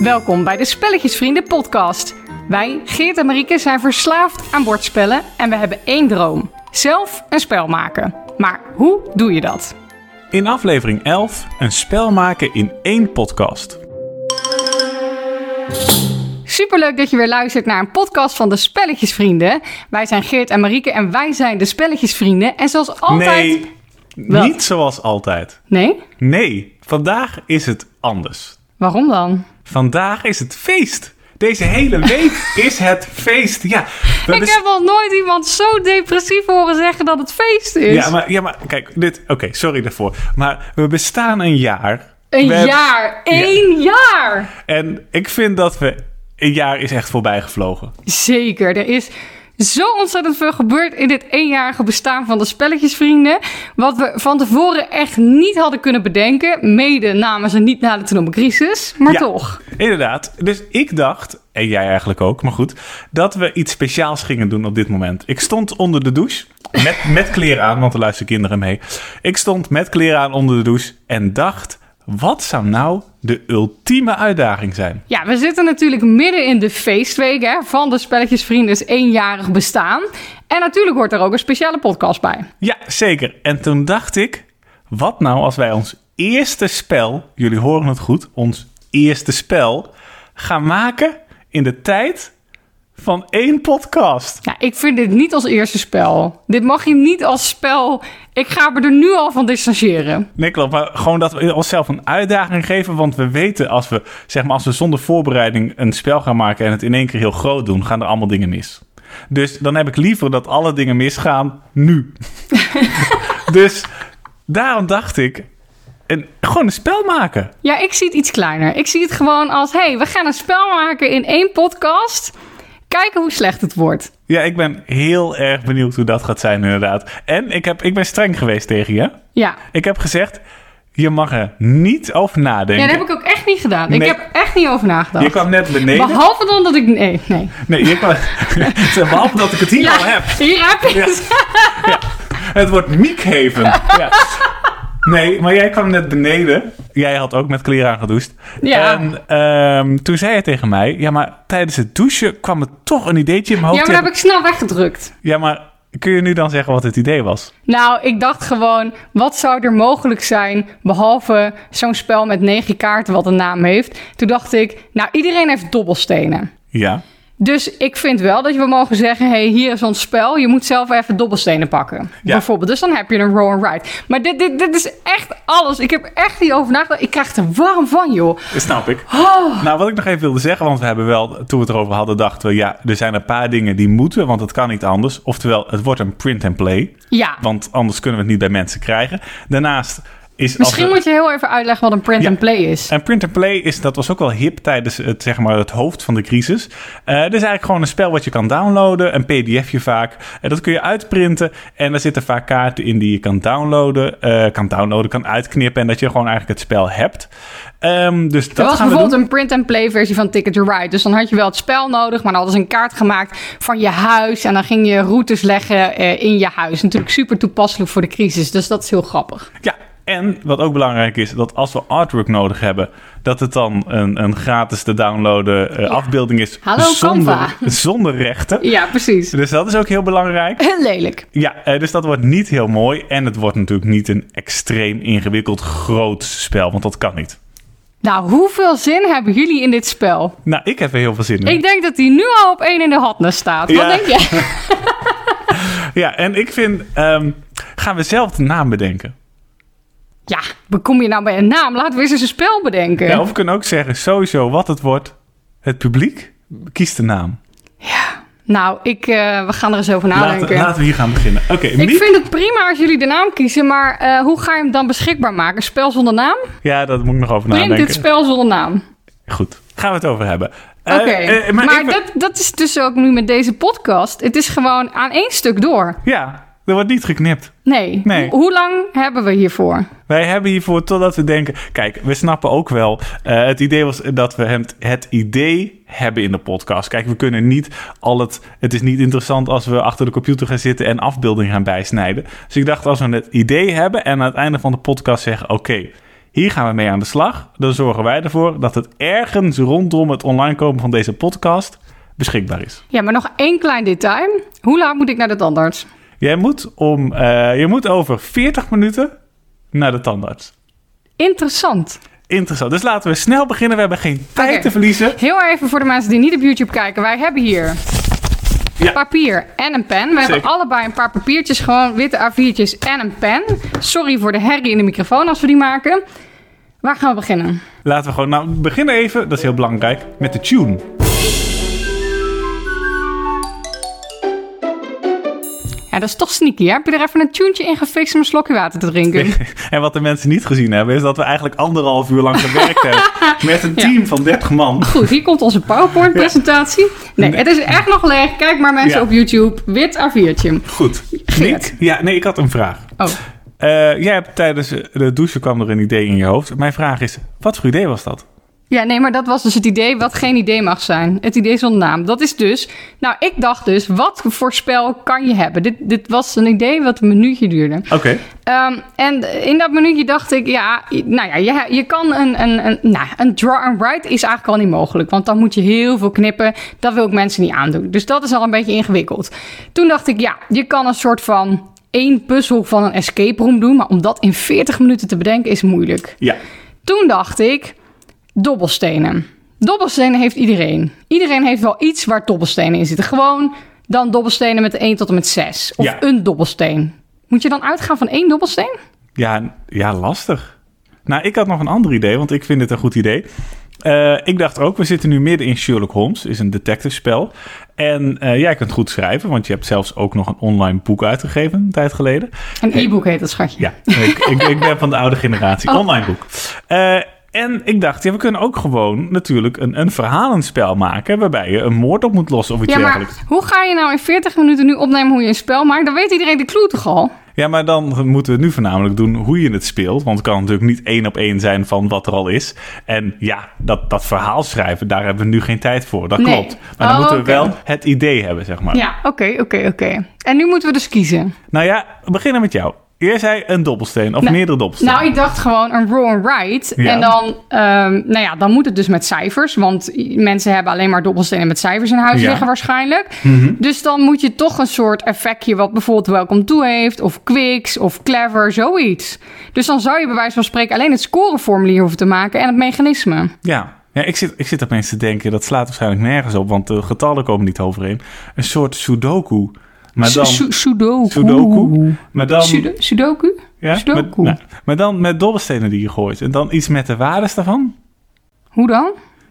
Welkom bij de Spelletjesvrienden podcast. Wij, Geert en Marieke, zijn verslaafd aan bordspellen en we hebben één droom. Zelf een spel maken. Maar hoe doe je dat? In aflevering 11 een spel maken in één podcast. Superleuk dat je weer luistert naar een podcast van de Spelletjesvrienden. Wij zijn Geert en Marieke en wij zijn de Spelletjesvrienden. En zoals altijd... Nee, Wat? niet zoals altijd. Nee? Nee, vandaag is het anders. Waarom dan? Vandaag is het feest. Deze hele week is het feest. Ja, dus- we Ik bes- heb nog nooit iemand zo depressief horen zeggen dat het feest is. ja, maar, ja, maar kijk, dit. Oké, sorry daarvoor. Maar we bestaan een jaar. Een We hebben- jaar. Één jaar. En ik vind dat we. Een jaar is echt voorbij gevlogen. Zeker. Er is zo ontzettend veel gebeurd in dit eenjarige bestaan van de Spelletjesvrienden. Wat we van tevoren echt niet hadden kunnen bedenken. Mede namens een niet nadertoe crisis. Maar Ja, toch. Inderdaad. Dus ik dacht, en jij eigenlijk ook, maar goed, dat we iets speciaals gingen doen op dit moment. Ik stond onder de douche, met, met kleren aan, want er luisteren kinderen mee. Ik stond met kleren aan onder de douche en dacht, wat zou nou de ultieme uitdaging zijn? Ja, we zitten natuurlijk midden in de feestweek hè, van de Spelletjesvriendens eenjarig bestaan. En natuurlijk hoort er ook een speciale podcast bij. Ja, zeker. En toen dacht ik, wat nou als wij ons eerste spel, jullie horen het goed, ons eerste spel, gaan maken in de tijd van één podcast. Ja, ik vind dit niet als eerste spel. Dit mag je niet als spel. Ik ga me er nu al van distancieren. Nee, klopt. Maar gewoon dat we onszelf een uitdaging geven. Want we weten als we, zeg maar, als we zonder voorbereiding een spel gaan maken en het in één keer heel groot doen, gaan er allemaal dingen mis. Dus dan heb ik liever dat alle dingen misgaan nu. dus daarom dacht ik, een, gewoon een spel maken. Ja, ik zie het iets kleiner. Ik zie het gewoon als: hé, hey, we gaan een spel maken in één podcast. Kijken hoe slecht het wordt. Ja, ik ben heel erg benieuwd hoe dat gaat zijn inderdaad. En ik, heb, ik ben streng geweest tegen je. Ja. Ik heb gezegd, je mag er niet over Ja, nadenken. dat heb ik ook echt niet gedaan. Nee. Ik heb echt niet over Je nagedacht. kwam net beneden. Behalve dan dat ik. Nee, nee. Nee, je kwam... Behalve dat ik het hier al heb. hier heb je het. Het wordt Miekhaven. Ja. Nee, maar jij kwam net beneden. Jij had ook met kleren aangedoucht. Ja. En ehm, toen zei hij tegen mij... Ja, maar tijdens het douchen kwam er toch een ideetje in mijn Ja, hoofd. maar dat heb ik snel weggedrukt. Ja, maar kun je nu dan zeggen wat het idee was? Nou, ik dacht gewoon, wat zou er mogelijk zijn, behalve zo'n spel met negen kaarten wat een naam heeft. Toen dacht ik, nou, iedereen heeft dobbelstenen. Ja. Dus ik vind wel dat je wel mogen zeggen, hey, hier is ons spel, je moet zelf even dobbelstenen pakken. Ja. Bijvoorbeeld, dus dan heb je een roll and ride. Maar dit, dit, dit is echt alles. Ik heb echt niet over nagedacht. Ik krijg er warm van, joh. Dat snap ik. Oh. Nou, wat ik nog even wilde zeggen, want we hebben wel, toen we het erover hadden, dachten we, ja, er zijn een paar dingen die moeten, want het kan niet anders. Oftewel, het wordt een print and play, Ja, want anders kunnen we het niet bij mensen krijgen. Daarnaast is... als misschien we- moet je heel even uitleggen wat een print Ja. and play is. En print and play is, dat was ook wel hip tijdens het, zeg maar, het hoofd van de crisis. Eh dit is eigenlijk gewoon een spel wat je kan downloaden, een pdfje vaak. En dat kun je uitprinten en daar zitten vaak kaarten in die je kan downloaden, eh, kan downloaden, kan uitknippen en dat je gewoon eigenlijk het spel hebt. Ehm, dus dat Er was gaan we bijvoorbeeld doen. een print-and-play versie van Ticket to Ride. Dus dan had je wel het spel nodig, maar dan hadden ze een kaart gemaakt van je huis. En dan ging je routes leggen eh, in je huis. Natuurlijk super toepasselijk voor de crisis, dus dat is heel grappig. Ja, en wat ook belangrijk is, dat als we artwork nodig hebben, dat het dan een, een gratis te downloaden eh, afbeelding is. Hallo, zonder, Canva. zonder rechten. Ja, precies. Dus dat is ook heel belangrijk. Heel lelijk. Ja, eh, dus dat wordt niet heel mooi. En het wordt natuurlijk niet een extreem ingewikkeld groot spel, want dat kan niet. Nou, hoeveel zin hebben jullie in dit spel? Nou, ik heb er heel veel zin in. Ik denk dat die nu al op één in de hotness staat. Wat Ja. denk jij? Ja, en ik vind, ehm, gaan we zelf de naam bedenken. Ja, waar kom je nou bij een naam? Laten we eens eens een spel bedenken. Ja, of we kunnen ook zeggen, sowieso wat het wordt, het publiek kiest de naam. Nou, ik, eh, we gaan er eens over nadenken. Laten, laten we hier gaan beginnen. Oké, Ik Miek- vind het prima als jullie de naam kiezen, maar eh, hoe ga je hem dan beschikbaar maken? Een spel zonder naam? Ja, dat moet ik nog over Print dit nadenken. spel zonder naam. Goed, gaan we het over hebben. Eh, Oké, eh, maar, ik- dat, dat is dus ook nu met deze podcast. Het is gewoon aan één stuk door. Ja, er wordt niet geknipt. Nee. Nee. Ho- hoe lang hebben we hiervoor? Wij hebben hiervoor totdat we denken... Kijk, we snappen ook wel... eh, het idee was dat we hem, het idee hebben in de podcast. Kijk, we kunnen niet al het... Het is niet interessant als we achter de computer gaan zitten... en afbeelding gaan bijsnijden. Dus ik dacht, als we het idee hebben... en aan het einde van de podcast zeggen... Oké, Hier gaan we mee aan de slag. Dan zorgen wij ervoor dat het ergens rondom het online komen van deze podcast beschikbaar is. Ja, maar nog één klein detail. Hoe laat moet ik naar de tandarts? Jij moet, om, eh, je moet over 40 minuten naar de tandarts. Interessant. Interessant. Dus laten we snel beginnen. We hebben geen tijd Oké. te verliezen. Heel even voor de mensen die niet op YouTube kijken. Wij hebben hier Ja. papier en een pen. We hebben Zeker. allebei een paar papiertjes, gewoon witte A4'tjes en een pen. Sorry voor de herrie in de microfoon als we die maken. Waar gaan we beginnen? Laten we gewoon, nou, beginnen even, dat is heel belangrijk, met de tune. Ja, dat is toch sneaky, hè? Heb je er even een tuintje in gefixt om een slokje water te drinken? En wat de mensen niet gezien hebben, is dat we eigenlijk anderhalf uur lang gewerkt hebben. Met een team van 30 man. Goed, hier komt onze PowerPoint-presentatie. Nee, het is echt nog leeg. Kijk maar mensen Ja. op YouTube. Wit A4'tje. Goed. Geert. Niet? Ja, nee, ik had een vraag. Oh, Eh, jij hebt tijdens de douche kwam er een idee in je hoofd. Mijn vraag is, wat voor idee was dat? Ja, nee, maar dat was dus het idee wat geen idee mag zijn. Het idee zonder naam. Dat is dus... Nou, ik dacht dus, wat voor spel kan je hebben? Dit, dit was een idee wat een minuutje duurde. Oké. Ehm, en in dat minuutje dacht ik, ja, i- nou ja, je, je kan een, een, een, nou, een draw and write is eigenlijk al niet mogelijk. Want dan moet je heel veel knippen. Dat wil ik mensen niet aandoen. Dus dat is al een beetje ingewikkeld. Toen dacht ik, ja, je kan een soort van één puzzel van een escape room doen. Maar om dat in 40 minuten te bedenken is moeilijk. Ja. Toen dacht ik, dobbelstenen. Dobbelstenen heeft iedereen. Iedereen heeft wel iets waar dobbelstenen in zitten. Gewoon dan dobbelstenen met 1 tot en met 6. Of Ja. een dobbelsteen. Moet je dan uitgaan van één dobbelsteen? Ja, ja, lastig. Nou, ik had nog een ander idee, want ik vind het een goed idee. Eh, ik dacht ook, we zitten nu midden in Sherlock Holmes, is een detectivespel. En eh, jij kunt goed schrijven, want je hebt zelfs ook nog een online boek uitgegeven, een tijd geleden. Een e-book heet dat, schatje. Ja, ik, ik, ik ben van de oude Oh. generatie. Online boek. Eh, en ik dacht, ja, we kunnen ook gewoon natuurlijk een, een verhalenspel maken... waarbij je een moord op moet lossen of iets Ja, maar dergelijks. hoe ga je nou in 40 minuten nu opnemen hoe je een spel maakt? Dan weet iedereen de clue toch al? Ja, maar dan moeten we nu voornamelijk doen hoe je het speelt. Want het kan natuurlijk niet één op één zijn van wat er al is. En ja, dat, dat verhaal schrijven, daar hebben we nu geen tijd voor. Dat Nee. klopt. Maar dan Oh, moeten we oké. wel het idee hebben, zeg maar. Ja, oké, oké, oké. En nu moeten we dus kiezen. Nou ja, we beginnen met jou. Jij zei een dobbelsteen of Nou, meerdere dobbelstenen. Nou, ik dacht gewoon een roll and write. Ja. En dan, ehm, nou ja, dan moet het dus met cijfers. Want mensen hebben alleen maar dobbelstenen met cijfers in huis Ja. Mhm. liggen waarschijnlijk. Dus dan moet je toch een soort effectje wat bijvoorbeeld Welcome To heeft... of Quicks of Clever, zoiets. Dus dan zou je bij wijze van spreken alleen het scoreformulier hoeven te maken... en het mechanisme. Ja, ja ik, zit, ik zit opeens te denken, dat slaat waarschijnlijk nergens op, want de getallen komen niet overeen. Een soort Sudoku. Maar dan, Su- su- Sudoku. Sudoku? maar dan, Sudo- Sudoku? ja, met, Sudoku. nou, maar dan met dobbelstenen die je gooit. En dan iets met de waardes daarvan? Hoe dan?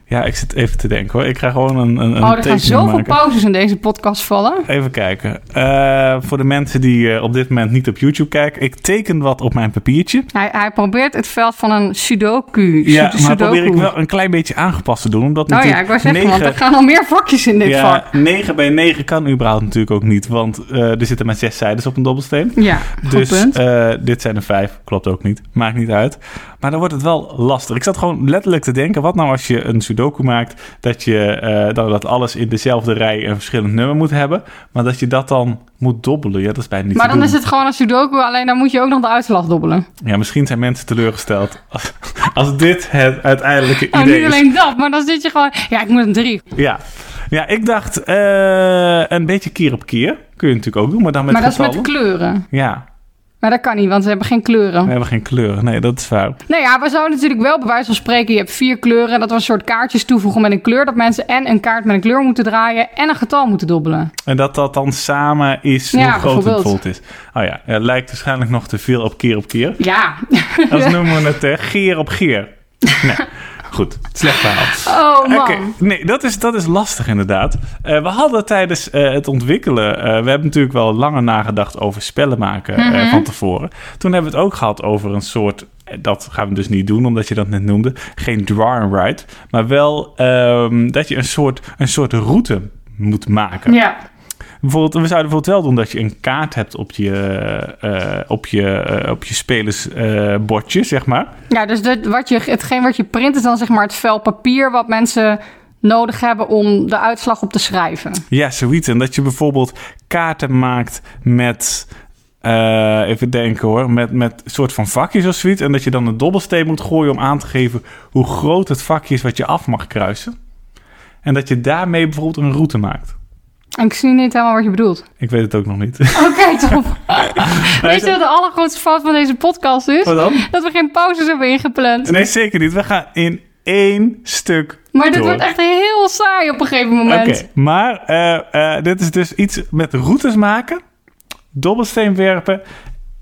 Ja, ik zit even te denken hoor. Ik ga gewoon een, een, een oh, er gaan tekening zoveel maken. pauzes in deze podcast vallen. Even kijken. Eh, voor de mensen die eh, op dit moment niet op YouTube kijken. Ik teken wat op mijn papiertje. Hij, hij probeert het veld van een Sudoku. Ja, Sud- maar probeer ik Sudoku. wel een klein beetje aangepast te doen. Omdat Nou ja, ik natuurlijk was zeggen, want negen- er gaan al meer vakjes in dit vak. ja, 9 bij 9 kan überhaupt natuurlijk ook niet. Want eh, er zitten maar zes zijdes op een dobbelsteen. Ja, Dus goed punt. eh, dit zijn er vijf. Klopt ook niet. Maakt niet uit. Maar dan wordt het wel lastig. Ik zat gewoon letterlijk te denken: wat nou als je een Sudoku maakt, dat je eh, dat, dat alles in dezelfde rij een verschillend nummer moet hebben, maar dat je dat dan moet dobbelen? Ja, dat is bijna niet maar te dan doen. is het gewoon een Sudoku, alleen dan moet je ook nog de uitslag dobbelen. Ja, misschien zijn mensen teleurgesteld als, als dit het uiteindelijke idee Nou, niet is. alleen dat, maar dan zit je gewoon... Ja, ik moet een drie. Ja. ja, ik dacht eh, een beetje keer op keer. Kun je natuurlijk ook doen, maar dan met maar dat is met de getallen. kleuren. ja, Maar dat kan niet, want ze hebben geen kleuren. we hebben geen kleur. Nee, dat is waar. Nou ja, we zouden natuurlijk wel bij wijze van spreken... je hebt vier kleuren, dat we een soort kaartjes toevoegen met een kleur... dat mensen en een kaart met een kleur moeten draaien... en een getal moeten dobbelen. En dat dat dan samen is Ja, hoe groot het bijvoorbeeld. volt is. Oh ja, het lijkt waarschijnlijk nog te veel op keer op keer. Ja. Als noemen we het eh, geer op geer. Nee, goed. Slecht verhaal. Oh man. Oké, nee, dat is, dat is lastig inderdaad. Eh, we hadden tijdens eh, het ontwikkelen... eh, we hebben natuurlijk wel langer nagedacht over spellen maken eh, Mhm. van tevoren. Toen hebben we het ook gehad over een soort... eh, Dat gaan we dus niet doen, omdat je dat net noemde. Geen draw and write. Maar wel ehm, dat je een soort, een soort route moet maken. Ja. Bijvoorbeeld, we zouden bijvoorbeeld wel doen dat je een kaart hebt op je, eh, op je, eh, op je spelersbordje, zeg maar. Ja, dus dit- wat je, hetgeen wat je print is dan zeg maar het vel papier wat mensen nodig hebben om de uitslag op te schrijven. Ja, zoiets. En dat je bijvoorbeeld kaarten maakt met eh, even denken hoor, met, met een soort van vakjes of zoiets. En dat je dan een dobbelsteen moet gooien om aan te geven hoe groot het vakje is wat je af mag kruisen. En dat je daarmee bijvoorbeeld een route maakt. Ik zie niet helemaal wat je bedoelt. Ik weet het ook nog niet. Oké, Tom. Weet je wat de allergrootste fout van deze podcast is? Wat dan? Dat we geen pauzes hebben ingepland. Nee, zeker niet. We gaan in één stuk Maar dit door. wordt echt heel saai op een gegeven Oké, moment. maar eh, eh, dit is dus iets met routes maken, dobbelsteen werpen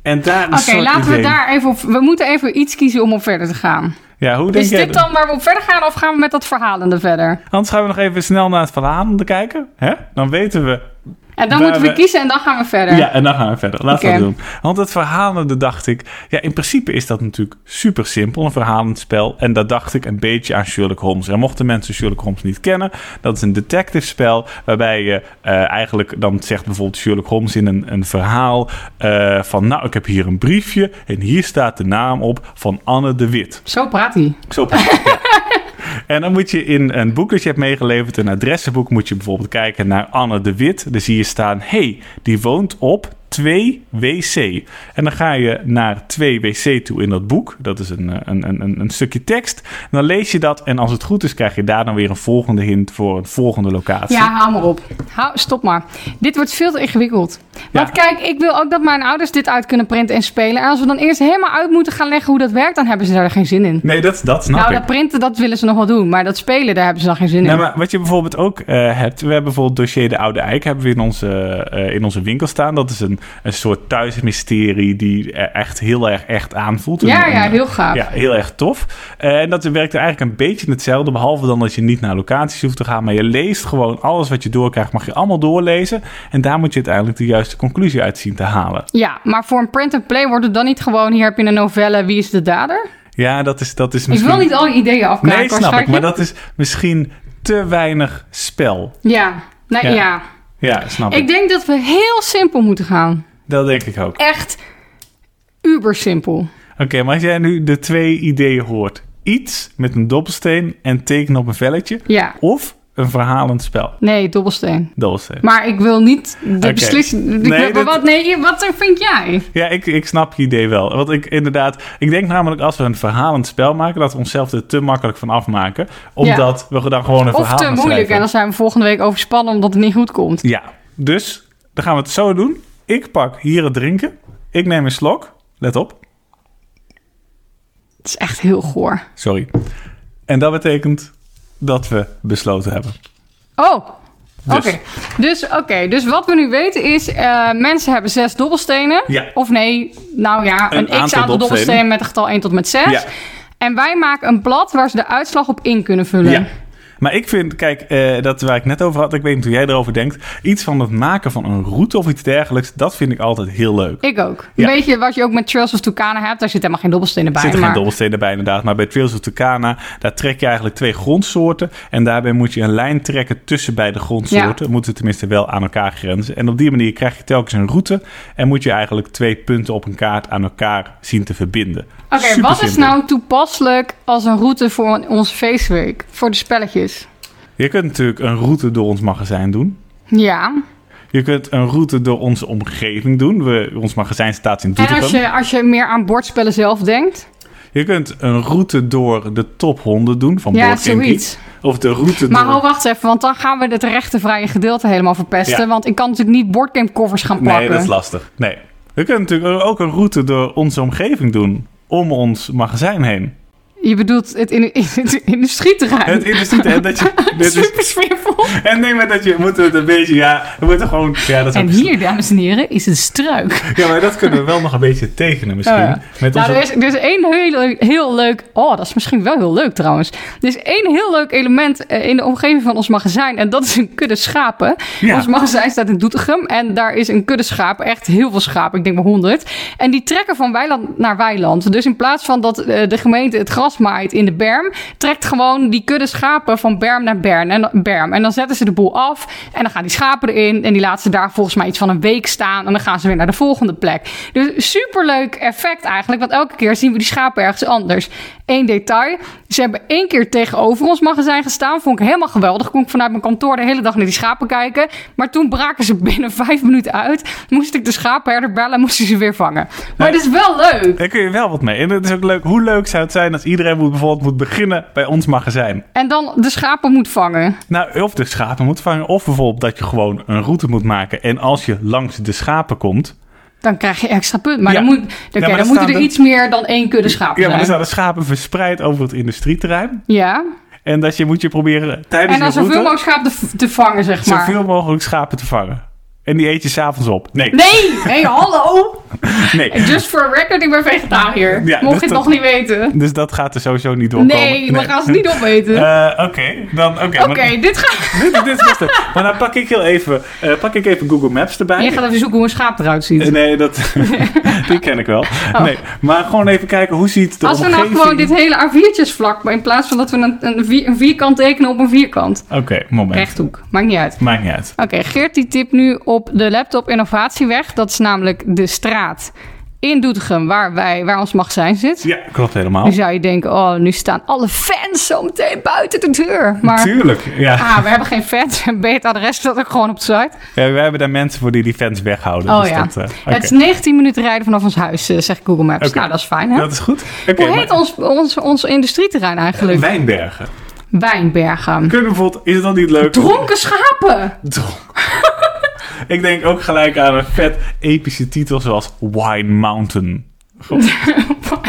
en daar een Oké, soort laten we idee. daar even op. We moeten even iets kiezen om op verder te gaan. Ja, hoe denk is jij dit dat? dan waar we op verder gaan of gaan we met dat verhalende verder? Anders gaan we nog even snel naar het verhaal om te kijken. Hè? Dan weten we. En dan Waar moeten we, we- kiezen en dan gaan we verder. Ja, en dan gaan we verder. Laten Oké. we dat doen. Want het verhalende dacht ik... Ja, in principe is dat natuurlijk super simpel, een verhalend spel. En daar dacht ik een beetje aan Sherlock Holmes. En mochten mensen Sherlock Holmes niet kennen... dat is een detective spel waarbij je eh, eigenlijk... dan zegt bijvoorbeeld Sherlock Holmes in een, een verhaal... eh, van nou, ik heb hier een briefje... en hier staat de naam op van Anne de Wit. Zo praat hij. Zo. En dan moet je in een boek dat je hebt meegeleverd, een adressenboek, moet je bijvoorbeeld kijken naar Anne de Wit. Dan zie je staan, hey, die woont op 2WC. En dan ga je naar 2WC toe in dat boek. Dat is een, eh, een, een, een- een stukje tekst. En dan lees je dat en als het goed is, krijg je daar dan weer een volgende hint voor een volgende locatie. Ja, hou maar op. Hou, stop maar. Dit wordt veel te ingewikkeld. Want kijk, ik wil ook dat mijn ouders dit uit kunnen printen en spelen. En als we dan eerst helemaal uit moeten gaan leggen hoe dat werkt, dan hebben ze daar geen zin in. Nee, dat, dat snap nou, ik. dat printen, dat willen ze nog wel doen. Maar dat spelen, daar hebben ze dan geen zin in. Nou, maar wat je bijvoorbeeld ook eh, hebt, we hebben bijvoorbeeld dossier De Oude Eik hebben we in onze, eh, in onze winkel staan. Dat is een, een soort thuismysterie die eh, echt heel erg echt aanvoelt. ja, Een- ja, een- heel gaaf. ja, heel erg tof. Eh, en dat werkt eigenlijk een beetje hetzelfde. Behalve dan dat je niet naar locaties hoeft te gaan. Maar je leest gewoon alles wat je doorkrijgt. Mag je allemaal doorlezen. En daar moet je uiteindelijk de juiste conclusie uit zien te halen. Ja, maar voor een print-and-play wordt het dan niet gewoon... hier heb je een novelle, wie is de dader? Ja, dat is, dat is Ik misschien... wil niet al je ideeën afkraken, Nee, snap ik. waarschijnlijk. Maar dat is misschien te weinig spel. Ja, nou, Ja. ja. Ja, snap ik. Ik denk dat we heel simpel moeten gaan. Dat denk ik ook. Echt uber simpel. Oké, maar als jij nu de twee ideeën hoort. Iets met een dobbelsteen en tekenen op een velletje. Ja, Of een verhalend spel. nee, dobbelsteen. Dobbelsteen. Maar ik wil niet de Oké. beslissing... ik Nee, wil- maar dit- wat, nee, wat eh, vind jij? Ja, ik, ik snap je idee wel. Want ik inderdaad, ik denk namelijk als we een verhalend spel maken, dat we onszelf er te makkelijk van afmaken. Omdat we dan gewoon een Of verhaal te gaan moeilijk en schrijven. dan zijn we volgende week overspannen omdat het niet goed komt. Ja, dus dan gaan we het zo doen. Ik pak hier het drinken. Ik neem een slok. Let op. Het is echt heel goor. Sorry. En dat betekent dat we besloten hebben. Oh, Dus. oké. Dus, oké, dus wat we nu weten is, eh, mensen hebben zes dobbelstenen. Ja. Of nee, nou ja, Een een, aantal x-aantal dobbelstenen dobbelstenen met een getal 1 tot met 6. Ja. En wij maken een blad waar ze de uitslag op in kunnen vullen. Ja. Maar ik vind, kijk, eh, dat waar ik net over had, ik weet niet hoe jij erover denkt. Iets van het maken van een route of iets dergelijks, dat vind ik altijd heel leuk. Ik ook. Ja. Weet je wat je ook met Trails of Tucana hebt? Daar zit helemaal geen dobbelstenen bij. Er zitten maar... geen dobbelstenen bij inderdaad. Maar bij Trails of Tucana, daar trek je eigenlijk twee grondsoorten. En daarbij moet je een lijn trekken tussen beide grondsoorten. Moeten tenminste wel aan elkaar grenzen. En op die manier krijg je telkens een route. En moet je eigenlijk twee punten op een kaart aan elkaar zien te verbinden. Oké, Super wat is simpel. nou toepasselijk als een route voor onze feestweek? Voor de spelletjes? Je kunt natuurlijk een route door ons magazijn doen. Ja. Je kunt een route door onze omgeving doen. We, ons magazijn staat in En als Doetinchem. je, als je meer aan bordspellen zelf denkt? Je kunt een route door de top 100 doen van Ja, Board Game Geek. zoiets. Of de route Maar door... oh, wacht even, want dan gaan we het rechtenvrije gedeelte helemaal verpesten. Ja. Want ik kan natuurlijk niet boardgamecovers gaan plakken. Nee, dat is lastig. Nee. We kunnen natuurlijk ook een route door onze omgeving doen. Om ons magazijn heen. je bedoelt het, in, in het industrieterrein. Het industrie. En dat je. Dit is, Super sfeervol. en nee, maar dat je. Moeten we het een beetje. Ja, we moeten gewoon. Ja, dat is En ook- hier, dames en heren, is een struik. Ja, maar dat kunnen we wel nog een beetje tekenen misschien. Oh ja. Met Nou, onze, er is, er is één heel, heel leuk... Oh, dat is misschien wel heel leuk trouwens. Er is één heel leuk element eh, in de omgeving van ons magazijn. En dat is een kudde schapen. Ja. Ons magazijn staat in Doetinchem. En daar is een kudde schapen. Echt heel veel schapen. Ik denk maar honderd. En die trekken van weiland naar weiland. Dus in plaats van dat eh, de gemeente het gras maait in de berm... trekt gewoon die kudde schapen van berm naar berm. En, dan- berm. en dan zetten ze de boel af. En dan gaan die schapen erin. En die laten ze daar volgens mij iets van een week staan. En dan gaan ze weer naar de volgende plek. Dus superleuk effect eigenlijk. Want elke keer zien we die schapen ergens anders. Eén detail. Ze hebben één keer tegenover ons magazijn gestaan. Vond ik helemaal geweldig. Kon ik vanuit mijn kantoor de hele dag naar die schapen kijken. Maar toen braken ze binnen vijf minuten uit. Moest ik de schapenherder bellen en moesten ze weer vangen. Maar het is wel leuk. Daar kun je wel wat mee. En het is ook leuk. Hoe leuk zou het zijn als iedereen moet, bijvoorbeeld moet beginnen bij ons magazijn? En dan de schapen moet vangen. Nou, of de schapen moet vangen. Of bijvoorbeeld dat je gewoon een route moet maken. En als je langs de schapen komt. Dan krijg je extra punt. Maar Ja. dan, moet, oké, dan maar dan moeten er staan de- iets meer dan één kudde schapen Ja, maar zijn. dan staan de schapen verspreid over het industrieterrein. Ja. En dat je moet je proberen tijdens En dan je route zoveel mogelijk schapen te, te vangen, zeg maar. zoveel mogelijk schapen te vangen. En die eet je s'avonds op. Nee, Nee! hey, hallo! nee. Just for a record, ik ben vegetariër. Ja, Mocht dat- je het nog niet weten. Dus dat gaat er sowieso niet doorkomen. Nee, we gaan ze niet opeten. Eh, Oké, dan... Oké, Oké, maar- dit gaat... dit, dit is best. Maar dan pak ik heel even, eh, pak ik even Google Maps erbij. Je gaat even zoeken hoe een schaap eruit ziet. Eh, Nee, dat, die ken ik wel. Nee, maar gewoon even kijken, hoe ziet de Oh. Als we nou omgeving... gewoon dit hele A4'tjes vlak, maar in plaats van dat we een, een, vier- een vierkant tekenen op een vierkant. Oké, moment. Rechthoek, maakt niet uit. Maakt niet uit. Oké, Geert die tip nu op de laptop innovatieweg. Dat is namelijk de straat in Doetinchem waar, wij, waar ons magazijn zit. Ja, klopt helemaal. Nu zou je denken, oh, nu staan alle fans zo meteen buiten de deur. Maar Tuurlijk, ja. A, we hebben geen fans en B, het adres staat ook gewoon op de site. ja. Wij hebben daar mensen voor die die fans weghouden. Oh dus ja. dat, eh, oké. Het is 19 minuten rijden vanaf ons huis, eh, zegt Google Maps. Oké. Nou, dat is fijn, hè? dat is goed. Oké, Hoe maar- Eh, heet ons, ons, ons industrieterrein eigenlijk? Wijnbergen. Wijnbergen. Kunnen we bijvoorbeeld, is het dan niet leuk? Dronken schapen! Dronk. ik denk ook gelijk aan een vet epische titel zoals Wine Mountain. Goed.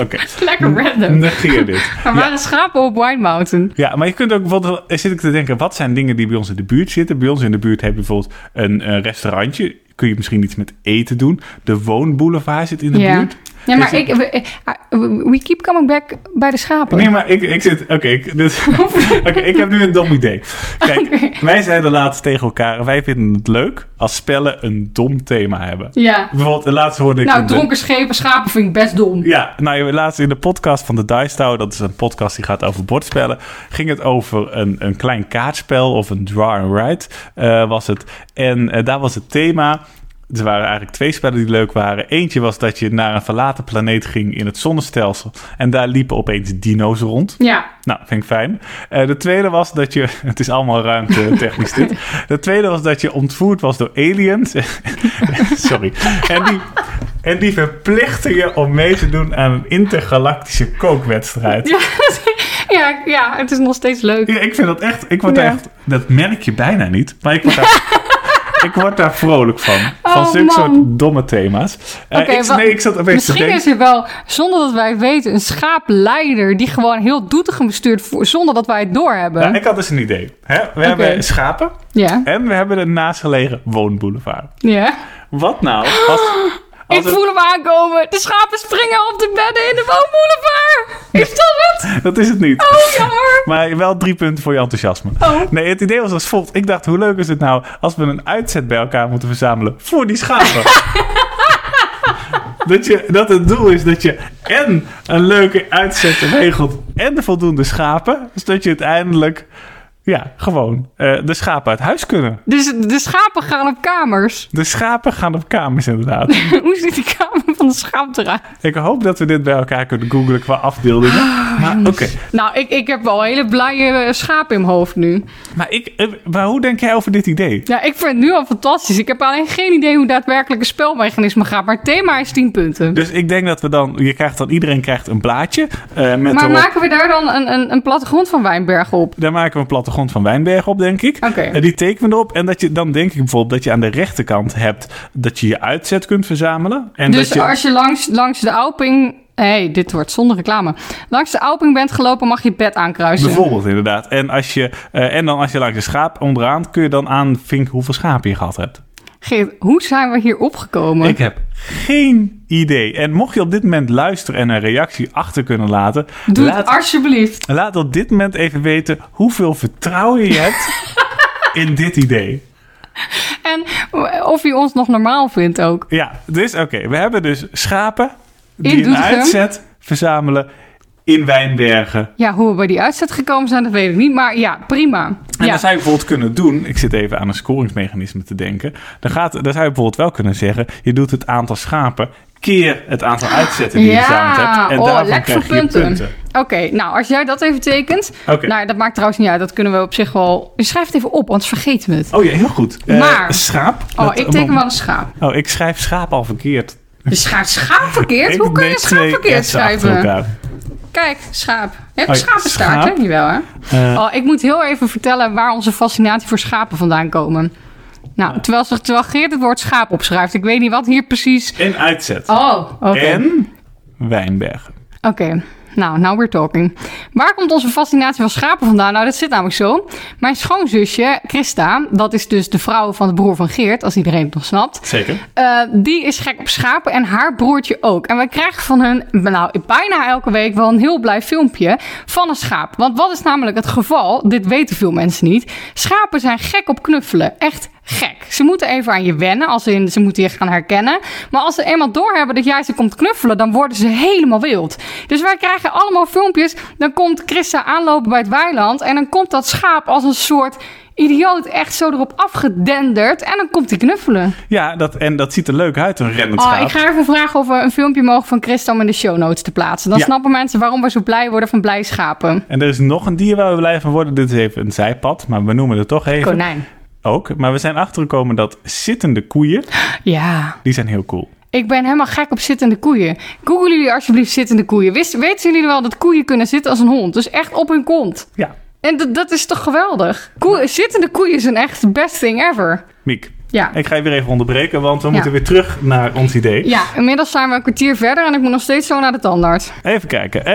Oké. Lekker Mm. random. Negeer dit. Er waren schapen op Wine Mountain. Ja, maar je kunt ook bijvoorbeeld, eh, zit ik te denken, wat zijn dingen die bij ons in de buurt zitten? Bij ons in de buurt heb je bijvoorbeeld een eh, restaurantje. Kun je misschien iets met eten doen? De woonboulevard zit in de Ja. buurt. ja, maar Is- ik, we, eh, we keep coming back bij de schapen. Nee, maar ik, ik zit. Oké, ik, dit- oké, ik heb nu een dom idee. Kijk, wij zeiden laatst tegen elkaar: wij vinden het leuk als spellen een dom thema hebben. Ja. Bijvoorbeeld, de laatste hoorde ik. Nou, op de- dronken schepen, schapen vind ik best dom. Ja, nou, je- laatst in de podcast van de Dice Tower, dat is een podcast die gaat over bordspellen, ging het over een, een klein kaartspel of een draw and write eh, was het. En eh, daar was het thema, er waren eigenlijk twee spellen die leuk waren. Eentje was dat je naar een verlaten planeet ging in het zonnestelsel en daar liepen opeens dino's rond. Ja. Nou, vind ik fijn. Eh, de tweede was dat je... Het is allemaal ruimte technisch dit. De tweede was dat je ontvoerd was door aliens. Sorry. En die, en die verplichten je om mee te doen aan een intergalactische kookwedstrijd. Ja, ja, ja, het is nog steeds leuk. Ja, ik vind dat echt... Ik word Ja. daar echt... Dat merk je bijna niet. Maar ik word daar... Ik word daar vrolijk van. Van Oh, zulke man. soort domme thema's. Eh, Oké, ik, wa- nee, ik zat opeens te Misschien denken... is er wel, zonder dat wij het weten, een schaapleider die gewoon heel doetig bestuurt voor, zonder dat wij het doorhebben. Nou, ik had dus een idee. Hè? We hebben schapen Ja. en we hebben een naastgelegen woonboulevard. ja. Wat nou als... als Ik het- voel hem aankomen. De schapen springen op de bedden in de woonboulevard. Is dat het? Dat is het niet. Oh, jammer. Maar wel drie punten voor je enthousiasme. Oh. Nee, het idee was als volgt. Ik dacht, hoe leuk is het nou als we een uitzet bij elkaar moeten verzamelen voor die schapen? dat, je, dat het doel is dat je en een leuke uitzet regelt en voldoende schapen. Zodat je uiteindelijk, ja, gewoon eh, de schapen uit huis kunnen. Dus de schapen gaan op kamers. De schapen gaan op kamers inderdaad. Hoe ziet de kamer van de schaap eruit? Ik hoop dat we dit bij elkaar kunnen googlen qua afbeeldingen. Oh, maar oké. Nou, ik, ik heb wel hele blije eh, schapen in mijn hoofd nu. Maar, ik, eh, maar hoe denk jij over dit idee? Ja, ik vind het nu al fantastisch. Ik heb alleen geen idee hoe daadwerkelijk een spelmechanisme gaat. Maar het thema is 10 punten. Dus ik denk dat we dan, je krijgt dan, iedereen krijgt een blaadje. eh, met maar erop- maken we daar dan een, een, een plattegrond van Wijnberg op? Daar maken we een plattegrond van Wijnberg op, denk ik. Oké. En die tekenen we erop. En dat je, dan denk ik bijvoorbeeld dat je aan de rechterkant hebt dat je je uitzet kunt verzamelen. En Dus dat je, als je langs, langs de Alping... Hé, hey, dit wordt zonder reclame. Langs de Alping bent gelopen, mag je het bed aankruisen. Bijvoorbeeld, inderdaad. En, als je, eh, en dan als je langs de schaap onderaan, kun je dan aanvinken hoeveel schapen je gehad hebt. Geert, hoe zijn we hier opgekomen? Ik heb geen idee. En mocht je op dit moment luisteren en een reactie achter kunnen laten, Doe laat het alsjeblieft. Laat op dit moment even weten hoeveel vertrouwen je hebt in dit idee. En of je ons nog normaal vindt ook. Ja, dus oké. We hebben dus schapen die een Doetinchem. uitzet verzamelen in Wijnbergen. Ja, hoe we bij die uitzet gekomen zijn, dat weet ik niet. Maar ja, prima. En Ja. dan zou je bijvoorbeeld kunnen doen... Ik zit even aan een scoringsmechanisme te denken. Dan, gaat, dan zou je bijvoorbeeld wel kunnen zeggen... je doet het aantal schapen keer het aantal uitzetten die je Ah, Ja, verzameld hebt. En oh, daarvan lekker krijg je punten. punten. Oké, Oké, nou, als jij dat even tekent. Oké. Nou, dat maakt trouwens niet uit. Dat kunnen we op zich wel. Schrijf het even op, anders vergeten we het. Oh ja, heel goed. Eh, Maar- schaap. Oh, Dat- ik teken wel een schaap. Oh, ik schrijf schaap al verkeerd. Je schrijft schaap verkeerd? Ik Hoe kun je deed schaap twee verkeerd S'en achter schrijven? elkaar. Kijk, schaap. Je hebt een Oh ja, schapenstaart, schaap. hè? Niet wel, hè? Eh, Oh, ik moet heel even vertellen waar onze fascinatie voor schapen vandaan komen. Nou, terwijl, ze- terwijl Geert het woord schaap opschrijft. Ik weet niet wat hier precies... En uitzet. Oh, oké. En Wijnbergen. Oké, nou, now we're talking. Waar komt onze fascinatie van schapen vandaan? Nou, dat zit namelijk zo. Mijn schoonzusje, Christa, dat is dus de vrouw van de broer van Geert, als iedereen het nog snapt. Zeker. Eh, die is gek op schapen en haar broertje ook. En wij krijgen van hun, nou, bijna elke week wel een heel blij filmpje van een schaap. Want wat is namelijk het geval? Dit weten veel mensen niet. Schapen zijn gek op knuffelen. Echt gek. Ze moeten even aan je wennen, als in ze moeten je gaan herkennen. Maar als ze eenmaal doorhebben dat jij ze komt knuffelen, dan worden ze helemaal wild. Dus wij krijgen allemaal filmpjes. Dan komt Christa aanlopen bij het weiland en dan komt dat schaap als een soort idioot echt zo erop afgedenderd. En dan komt hij knuffelen. Ja, dat, en dat ziet er leuk uit, een rennend Oh, schaap. ik ga even vragen of we een filmpje mogen van Christa om in de show notes te plaatsen. Dan Ja. snappen mensen waarom we zo blij worden van blij schapen. En er is nog een dier waar we blij van worden. Dit is even een zijpad, maar we noemen het toch even. Konijn. Ook. Maar we zijn achtergekomen dat zittende koeien, Ja. die zijn heel cool. Ik ben helemaal gek op zittende koeien. Google jullie alsjeblieft zittende koeien. Wist, weten jullie wel dat koeien kunnen zitten als een hond? Dus echt op hun kont. Ja, En dat- dat is toch geweldig? Koe- zittende koeien zijn echt the best thing ever. Miek. Ja. Ik ga je weer even onderbreken, want we moeten Ja. weer terug naar ons idee. Ja, inmiddels zijn we een kwartier verder en ik moet nog steeds zo naar de tandarts. Even kijken. Eh,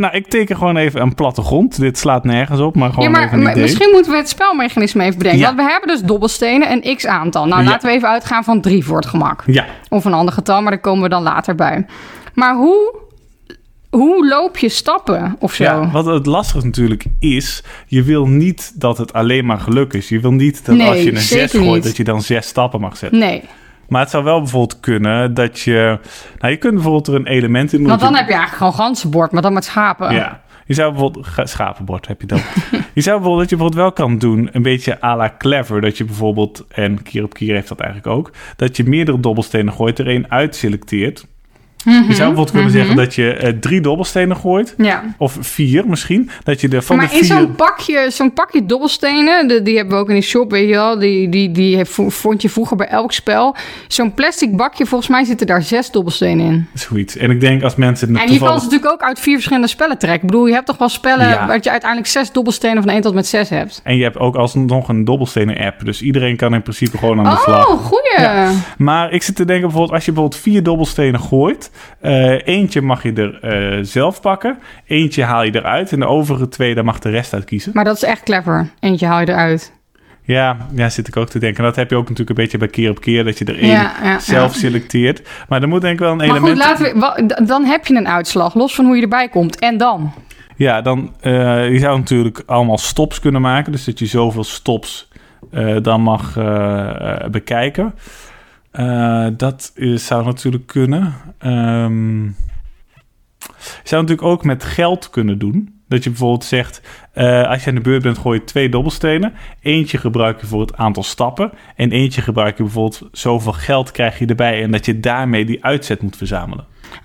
nou, ik teken gewoon even een plattegrond. Dit slaat nergens op, maar gewoon ja, maar even een m- idee. misschien moeten we het spelmechanisme even bedenken. Ja. Want we hebben dus dobbelstenen en x aantal. Nou, Ja. laten we even uitgaan van drie voor het gemak. Ja, Of een ander getal, maar daar komen we dan later bij. Maar hoe, hoe loop je stappen of zo? ja, wat het lastige natuurlijk is, je wil niet dat het alleen maar geluk is. Je wil niet dat Nee, als je een zes zeker gooit, niet. dat je dan zes stappen mag zetten. Nee, Maar het zou wel bijvoorbeeld kunnen dat je... Nou, je kunt bijvoorbeeld er een element in doen. want dat dan heb je eigenlijk gewoon ganzenbord, maar dan met schapen. Ja. Je zou bijvoorbeeld, ga- schapenbord heb je dan. je zou bijvoorbeeld, dat je bijvoorbeeld wel kan doen, een beetje à la clever, dat je bijvoorbeeld, en keer op keer heeft dat eigenlijk ook, dat je meerdere dobbelstenen gooit, er één uitselecteert. Mhm, Je zou bijvoorbeeld kunnen zeggen dat je eh, drie dobbelstenen gooit, Ja. of vier misschien, dat je er van maar de in vier... zo'n pakje, zo'n pakje dobbelstenen, de- die hebben we ook in die shop, weet je wel, die, die, die heb- vo- vond je vroeger bij elk spel. Zo'n plastic bakje, volgens mij zitten daar zes dobbelstenen in. Zoiets. En ik denk als mensen het En je kan toevallig... ze natuurlijk ook uit vier verschillende spellen trekken. Ik bedoel, je hebt toch wel spellen Ja. waar je uiteindelijk zes dobbelstenen van 1 tot met 6 hebt. En je hebt ook alsnog een dobbelstenen app, dus iedereen kan in principe gewoon aan de slag. Oh, goeie. Maar ik zit te denken bijvoorbeeld, als je bijvoorbeeld vier dobbelstenen gooit, eh, eentje mag je er eh, zelf pakken, eentje haal je eruit en de overige twee, daar mag de rest uit kiezen. Maar dat is echt clever. Eentje haal je eruit. Ja, ja, zit ik ook te denken. Dat heb je ook natuurlijk een beetje bij keer op keer, dat je er één Ja, ja, zelf ja. selecteert. Maar er moet denk ik wel een Maar goed, element... laten we, wa- d- dan heb je een uitslag, los van hoe je erbij komt. En dan? Ja, dan, eh, je zou natuurlijk allemaal stops kunnen maken, dus dat je zoveel stops eh, dan mag eh, eh, bekijken. Eh, dat eh, zou natuurlijk kunnen. Ehm, je zou natuurlijk ook met geld kunnen doen. Dat je bijvoorbeeld zegt, eh, als je aan de beurt bent, gooi je twee dobbelstenen. Eentje gebruik je voor het aantal stappen. En eentje gebruik je bijvoorbeeld zoveel geld krijg je erbij. En dat je daarmee die uitzet moet verzamelen.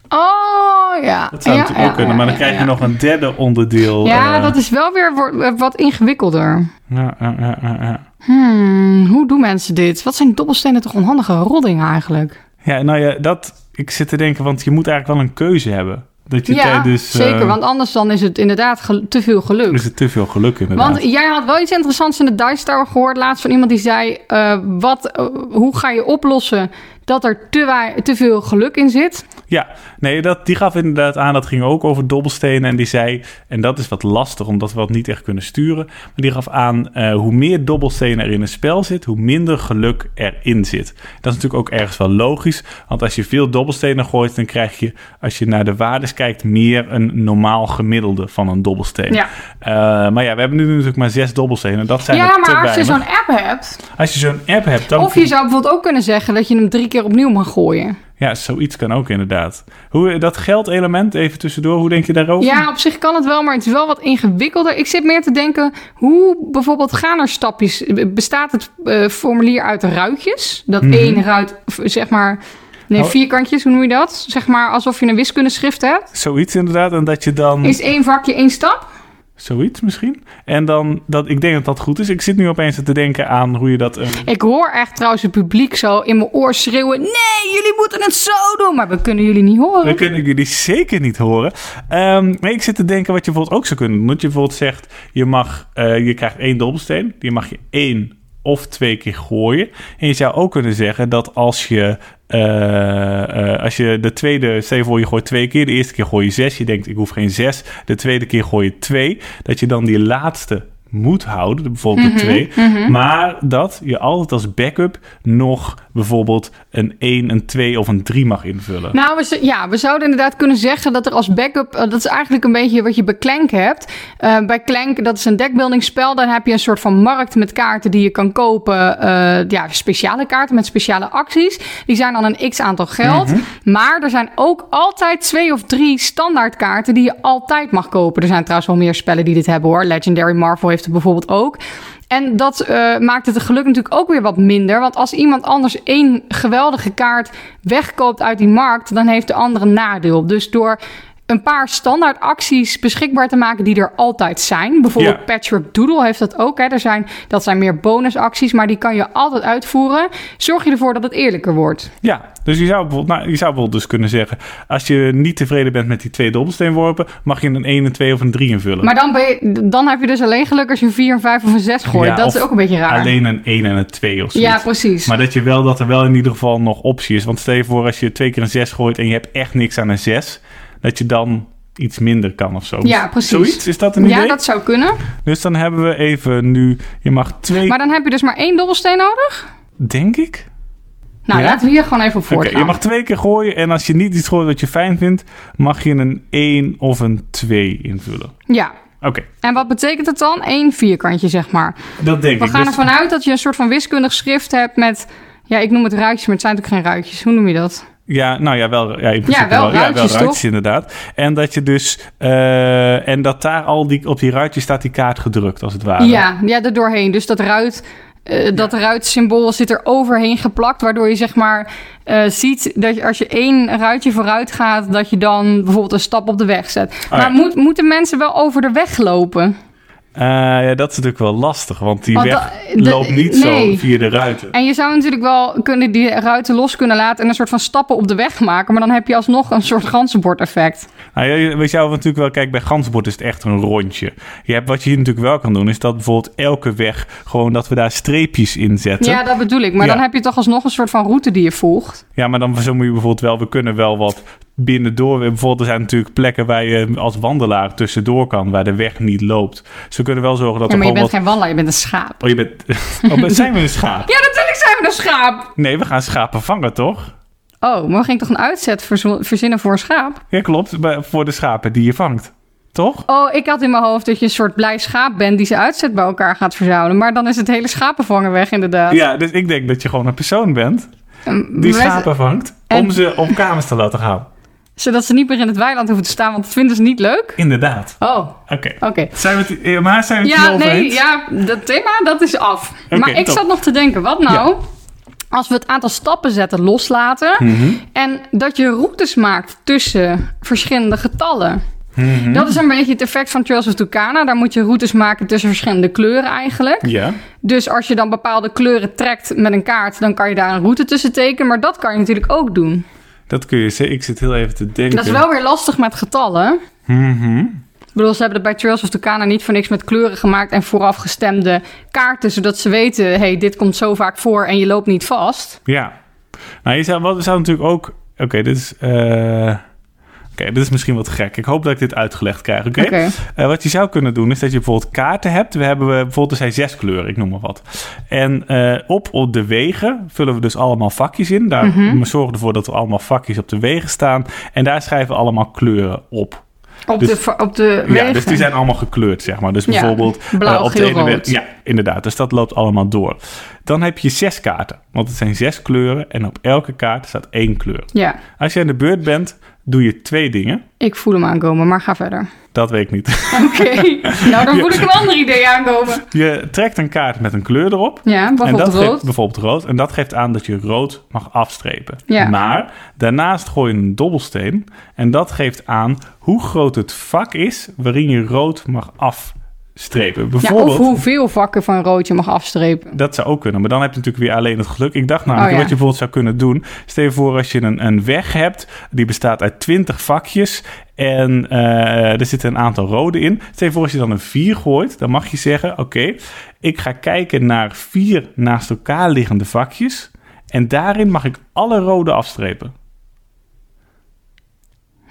Oh, ja. Dat zou Ja, natuurlijk ja, ook kunnen. ja, Maar dan ja, krijg je ja. nog een derde onderdeel. Ja, eh, dat is wel weer wo- eh, wat ingewikkelder. ja, ja, ja, ja, ja. Hmm, hoe doen mensen dit? Wat zijn dobbelstenen toch onhandige roddingen eigenlijk? Ja, nou ja, dat... Ik zit te denken, want je moet eigenlijk wel een keuze hebben. Dat je Ja, tijdens... eh, zeker. Want anders dan is het inderdaad gel- te veel geluk. is het te veel geluk inderdaad. Want jij had wel iets interessants in de Dice Tower gehoord laatst van iemand die zei: eh, wat, eh, Hoe ga je oplossen dat er te, wei- te veel geluk in zit? Ja, nee, dat, die gaf inderdaad aan, dat ging ook over dobbelstenen. En die zei, en dat is wat lastig, omdat we dat niet echt kunnen sturen. Maar die gaf aan, eh, hoe meer dobbelstenen er in een spel zit, hoe minder geluk erin zit. Dat is natuurlijk ook ergens wel logisch. Want als je veel dobbelstenen gooit, dan krijg je, als je naar de waardes kijkt, meer een normaal gemiddelde van een dobbelsteen. Ja. Eh, maar ja, we hebben nu natuurlijk maar zes dobbelstenen. Dat zijn Ja, er te maar als je weinig. zo'n app hebt. als je zo'n app hebt, dan... Of je zou bijvoorbeeld ook kunnen zeggen dat je hem drie keer opnieuw mag gooien. Ja, zoiets kan ook inderdaad. Hoe, dat geldelement, even tussendoor, hoe denk je daarover? Ja, op zich kan het wel, maar het is wel wat ingewikkelder. Ik zit meer te denken: hoe bijvoorbeeld gaan er stapjes? Bestaat het eh, formulier uit ruitjes? Dat één ruit, v- zeg maar. Nee, Nou, vierkantjes, hoe noem je dat? Zeg maar alsof je een wiskundeschrift hebt. Zoiets inderdaad. En dat je dan... Is één vakje één stap? Zoiets misschien. En dan, dat, ik denk dat dat goed is. Ik zit nu opeens te denken aan hoe je dat... eh, Ik hoor echt trouwens het publiek zo in mijn oor schreeuwen... Nee, jullie moeten het zo doen! Maar we kunnen jullie niet horen. We kunnen jullie zeker niet horen. Ehm, maar ik zit te denken wat je bijvoorbeeld ook zou kunnen doen. Dat je bijvoorbeeld zegt, je, mag, eh, je krijgt één dobbelsteen. Die mag je één of twee keer gooien. En je zou ook kunnen zeggen dat als je... eh, eh, als je de tweede, stel je voor je gooit twee keer. De eerste keer gooi je zes. Je denkt, ik hoef geen zes. De tweede keer gooi je twee. Dat je dan die laatste moet houden, bijvoorbeeld de twee. Maar dat je altijd als backup nog bijvoorbeeld een 1, een 2 of een 3 mag invullen. Nou, we, z- ja, we zouden inderdaad kunnen zeggen dat er als backup... eh, dat is eigenlijk een beetje wat je bij Clank hebt. Eh, bij Clank, dat is een deckbuilding-spel. Dan heb je een soort van markt met kaarten die je kan kopen. eh, ja, speciale kaarten met speciale acties. Die zijn dan een x-aantal geld. Maar er zijn ook altijd twee of drie standaard kaarten... die je altijd mag kopen. Er zijn trouwens wel meer spellen die dit hebben, hoor. Legendary Marvel heeft het bijvoorbeeld ook. En dat eh, maakt het geluk natuurlijk ook weer wat minder. Want als iemand anders één geweldige kaart wegkoopt uit die markt, dan heeft de ander een nadeel. Dus door een paar standaard acties beschikbaar te maken die er altijd zijn. Bijvoorbeeld Ja. Patchwork Doodle heeft dat ook. Hè. Er zijn, dat zijn meer bonusacties, maar die kan je altijd uitvoeren. Zorg je ervoor dat het eerlijker wordt. Ja, dus je zou, bijvoorbeeld, nou, je zou bijvoorbeeld dus kunnen zeggen... als je niet tevreden bent met die twee dobbelsteenworpen... mag je een 1, een 2 of een 3 invullen. Maar dan, ben je, dan heb je dus alleen geluk als je een 4, een 5 of een 6 gooit. Ja, dat of is ook een beetje raar. Alleen een 1 en een 2 of zo. ja, precies. maar dat, je wel, dat er wel in ieder geval nog optie is. Want stel je voor als je twee keer een 6 gooit... en je hebt echt niks aan een 6... dat je dan iets minder kan of zo. Ja, precies. Zoiets? Is dat een Ja, idee? dat zou kunnen. Dus dan hebben we even nu... je mag twee, Maar dan heb je dus maar één dobbelsteen nodig? denk ik... Nou, Ja? laten we hier gewoon even op Oké, voortgaan. je mag twee keer gooien... en als je niet iets gooit wat je fijn vindt... mag je een 1 of een 2 invullen. Ja. Oké, En wat betekent het dan? Eén vierkantje, zeg maar. dat denk We ik. gaan Dus- ervan uit dat je een soort van wiskundig schrift hebt met... Ja, ik noem het ruitjes, maar het zijn natuurlijk geen ruitjes. Hoe noem je dat? Ja, nou ja, wel, ja, in principe Ja, wel ruitjes, ja, wel ruitjes inderdaad. En dat je dus, eh, en dat daar al die, op die ruitjes staat die kaart gedrukt, als het ware. ja, ja, er doorheen. Dus dat ruit... eh, dat ruitsymbool zit er overheen geplakt, waardoor je zeg maar eh, ziet dat je, als je één ruitje vooruit gaat, dat je dan bijvoorbeeld een stap op de weg zet. Ah, ja. Maar moet, moeten mensen wel over de weg lopen? Eh, ja, dat is natuurlijk wel lastig, want die Want weg dat- dat- loopt niet nee. zo via de ruiten. En je zou natuurlijk wel kunnen die ruiten los kunnen laten en een soort van stappen op de weg maken, maar dan heb je alsnog een soort ganzenbord effect. Nou, ja, we zouden natuurlijk wel, kijk, bij Gansbord is het echt een rondje. Je hebt, wat je hier natuurlijk wel kan doen, is dat bijvoorbeeld elke weg gewoon dat we daar streepjes in zetten. Ja, Ja, dat bedoel ik. Maar Ja. dan heb je toch alsnog een soort van route die je volgt. maar dan zo moet je bijvoorbeeld wel, we kunnen wel wat binnendoor. Bijvoorbeeld, er zijn natuurlijk plekken waar je als wandelaar tussendoor kan, waar de weg niet loopt. Ze kunnen wel zorgen dat Ja, er maar je gewoon bent wat geen wandelaar, je bent een schaap. Oh, je bent... Oh, ben- zijn we een schaap? Ja, natuurlijk zijn we een schaap. Nee, we gaan schapen vangen, toch? Oh, maar we gingen toch een uitzet verzo- verzinnen voor een schaap? Ja, klopt. maar Voor de schapen die je vangt. Toch? Oh, ik had in mijn hoofd dat je een soort blij schaap bent die zijn uitzet bij elkaar gaat verzamelen. Maar dan is het hele schapenvangen weg, inderdaad. Ja, dus ik denk dat je gewoon een persoon bent Ehm, die wij- schapen vangt om en- ze op kamers te laten gaan. Zodat ze niet meer in het weiland hoeven te staan, want dat vinden ze niet leuk. Inderdaad. Oh, oké. Oké. Zijn we het, eh, maar zijn we het Ja, hierover nee, eens? ja, dat thema dat is af. Oké, maar ik top. zat nog te denken, wat nou als we het aantal stappen zetten loslaten Hm. Mhm. en dat je routes maakt tussen verschillende getallen? Mhm. Hm. Dat is een beetje het effect van Trails of Tucana. Daar moet je routes maken tussen verschillende kleuren eigenlijk. Ja. Dus als je dan bepaalde kleuren trekt met een kaart, dan kan je daar een route tussen tekenen. Maar dat kan je natuurlijk ook doen. Dat kun je zeggen. Ik zit heel even te denken. Dat is wel weer lastig met getallen. Mhm. Ik bedoel, ze hebben het bij Trails of Tucana niet voor niks met kleuren gemaakt en voorafgestemde kaarten, zodat ze weten, hé, hey, dit komt zo vaak voor en je loopt niet vast. Ja. Nou, je zou, wat, we zouden natuurlijk ook... Oké, dit is... eh, Oké, dit is misschien wat gek. Ik hoop dat ik dit uitgelegd krijg, oké? Oké. Eh, wat je zou kunnen doen is dat je bijvoorbeeld kaarten hebt. We hebben eh, bijvoorbeeld er zijn zes kleuren, ik noem maar wat. En eh, op, op de wegen vullen we dus allemaal vakjes in. Daar we zorgen ervoor dat er allemaal vakjes op de wegen staan. En daar schrijven we allemaal kleuren op. Op Dus- de, va- op de Ja, wegen. dus die zijn allemaal gekleurd, zeg maar. Dus Ja, bijvoorbeeld blauw, eh, op geel, de ene weg- rood. Ja, inderdaad. Dus dat loopt allemaal door. Dan heb je zes kaarten, want het zijn zes kleuren. En op elke kaart staat één kleur. Ja. Als jij in de beurt bent, doe je twee dingen. Ik voel hem aankomen, maar ga verder. Dat weet ik niet. Oké, nou dan voel ik een ander idee aankomen. Je trekt een kaart met een kleur erop. Ja, En dat bijvoorbeeld geeft rood. bijvoorbeeld rood. En dat geeft aan dat je rood mag afstrepen. Ja. Maar daarnaast gooi je een dobbelsteen. En dat geeft aan hoe groot het vak is waarin je rood mag afstrepen. Ja, of Bijvoorbeeld, hoeveel vakken van rood je mag afstrepen. dat zou ook kunnen. Maar dan heb je natuurlijk weer alleen het geluk. Ik dacht namelijk, Oh, ja. wat je bijvoorbeeld zou kunnen doen. Stel je voor als je een, een weg hebt. Die bestaat uit 20 vakjes. En eh, er zitten een aantal rode in. Stel je voor als je dan een 4 gooit. Dan mag je zeggen, oké. ik ga kijken naar vier naast elkaar liggende vakjes. En daarin mag ik alle rode afstrepen.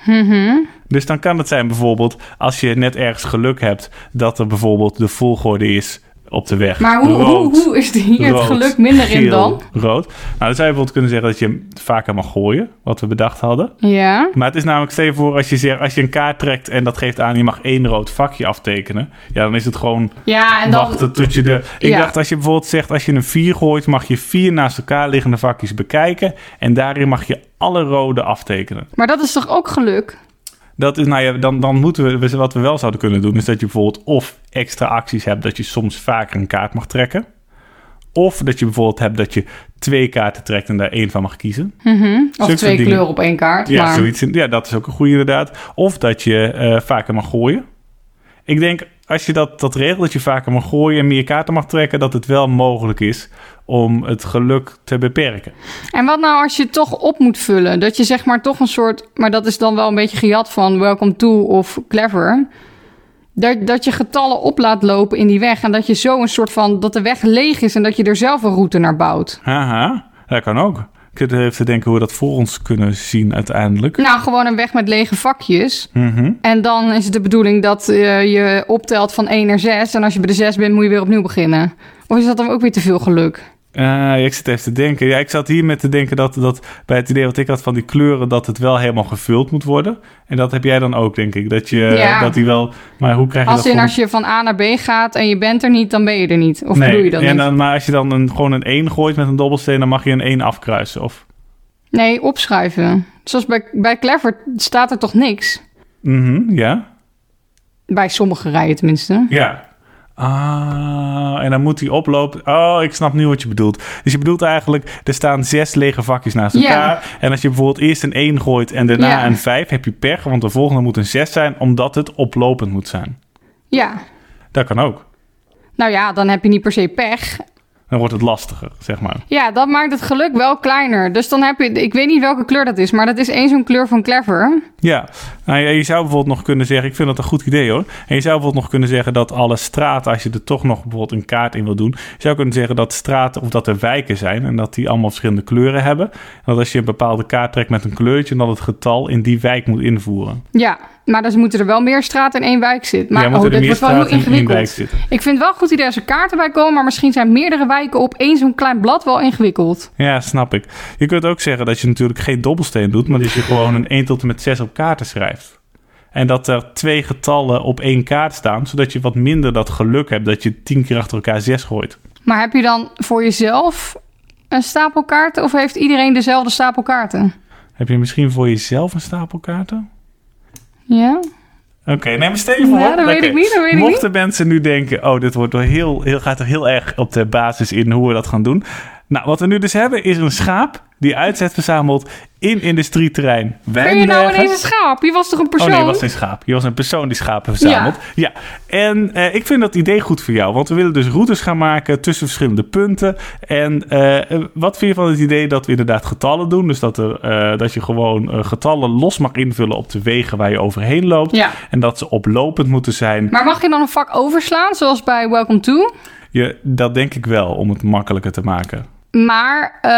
Mhm. Dus dan kan het zijn bijvoorbeeld als je net ergens geluk hebt dat er bijvoorbeeld de volgorde is op de weg. Maar hoe, hoe, Rood, hoe is hier rood, het geluk minder in geel, dan? Rood. Nou, dan zou je bijvoorbeeld kunnen zeggen dat je hem vaker mag gooien, wat we bedacht hadden. Ja. Maar het is namelijk, stel je voor, als je, zegt, als je een kaart trekt en dat geeft aan, je mag één rood vakje aftekenen. Ja, dan is het gewoon Ja, en dan... wachten tot je de... Ik Ja. dacht, als je bijvoorbeeld zegt, als je een 4 gooit, mag je vier naast elkaar liggende vakjes bekijken. En daarin mag je alle rode aftekenen. Maar dat is toch ook geluk? Dat is, nou ja, dan, dan moeten we, wat we wel zouden kunnen doen, is dat je bijvoorbeeld of extra acties hebt dat je soms vaker een kaart mag trekken. Of dat je bijvoorbeeld hebt dat je twee kaarten trekt en daar één van mag kiezen. Mhm. Of soort twee dingen. kleuren op één kaart. Ja, maar... zoiets. in- ja dat is ook een goede inderdaad. Of dat je eh, vaker mag gooien. Ik denk, als je dat, dat regelt, dat je vaker mag gooien en meer kaarten mag trekken, dat het wel mogelijk is om het geluk te beperken. En wat nou als je het toch op moet vullen? Dat je zeg maar toch een soort... Maar dat is dan wel een beetje gejat van Welcome To of Clever. Dat, dat je getallen op laat lopen in die weg. En dat je zo een soort van... Dat de weg leeg is en dat je er zelf een route naar bouwt. Haha, dat kan ook. Ik zit even te denken hoe we dat voor ons kunnen zien uiteindelijk. Nou, gewoon een weg met lege vakjes. Mhm. En dan is het de bedoeling dat eh, je optelt van 1 naar 6. En als je bij de 6 bent, moet je weer opnieuw beginnen. Of is dat dan ook weer te veel geluk? Eh, ik zit even te denken. Ja, ik zat hier met te denken dat, dat bij het idee wat ik had van die kleuren, dat het wel helemaal gevuld moet worden. En dat heb jij dan ook, denk ik. Dat, je, eh, Ja. dat die wel. Maar hoe krijg je Als dat? in voor- als je van A naar B gaat en je bent er niet, dan ben je er niet. Of nee. bedoel je dat en niet? dan, Maar als je dan een, gewoon een 1 gooit met een dobbelsteen, dan mag je een 1 afkruisen. Of... Nee, opschuiven. Zoals bij, bij Clever staat er toch niks? Mhm, ja. Bij sommige rijen tenminste. Ja. Ah, en dan moet die oplopen. Oh, ik snap nu wat je bedoelt. Dus je bedoelt eigenlijk, er staan zes lege vakjes naast Ja. elkaar. En als je bijvoorbeeld eerst een 1 gooit en daarna Ja. een 5, heb je pech. Want de volgende moet een 6 zijn, omdat het oplopend moet zijn. Ja. Dat kan ook. Nou ja, dan heb je niet per se pech. Dan wordt het lastiger, zeg maar. Ja, dat maakt het geluk wel kleiner. Dus dan heb je, ik weet niet welke kleur dat is, maar dat is één zo'n kleur van Clever. Ja, nou, je, je zou bijvoorbeeld nog kunnen zeggen... Ik vind dat een goed idee, hoor. En je zou bijvoorbeeld nog kunnen zeggen dat alle straten... als je er toch nog bijvoorbeeld een kaart in wil doen... je zou kunnen zeggen dat straten of dat er wijken zijn... en dat die allemaal verschillende kleuren hebben. En dat als je een bepaalde kaart trekt met een kleurtje... dan het getal in die wijk moet invoeren. Ja, maar dan moeten er wel meer straten in één wijk zitten. Ja, Maar moeten oh, dit er meer wordt wel heel straten in één wijk ingewikkeld. zitten. Ik vind het wel een goed idee als er kaarten bij komen, maar misschien zijn meerdere wijken op één zo'n klein blad wel ingewikkeld. Ja, snap ik. Je kunt ook zeggen dat je natuurlijk geen dobbelsteen doet... maar dat je gewoon een 1 tot en met 6 op kaarten schrijft. En dat er twee getallen op één kaart staan... zodat je wat minder dat geluk hebt dat je tien keer achter elkaar 6 gooit. Maar heb je dan voor jezelf een stapel kaarten of heeft iedereen dezelfde stapel kaarten? Heb je misschien voor jezelf een stapel kaarten? Ja? Oké, neem een steentje voor. Ja, dat weet ik niet, dat weet ik Mochten mensen nu denken, oh, dit wordt wel heel, heel, gaat er heel erg op de basis in hoe we dat gaan doen. Nou, wat we nu dus hebben is een schaap die uitzet verzamelt in industrieterrein Ben je Wijnbergen. nou ineens een schaap? Je was toch een persoon? eh, Oh nee, was geen schaap. Je was een persoon die schapen verzamelt. Ja. En eh, ik vind dat idee goed voor jou. Want we willen dus routes gaan maken tussen verschillende punten. En eh, wat vind je van het idee dat we inderdaad getallen doen? Dus dat, er, eh, dat je gewoon eh, getallen los mag invullen op de wegen waar je overheen loopt. Ja. En dat ze oplopend moeten zijn. Maar mag je dan een vak overslaan, zoals bij Welcome To? Je, dat denk ik wel, om het makkelijker te maken. Maar eh,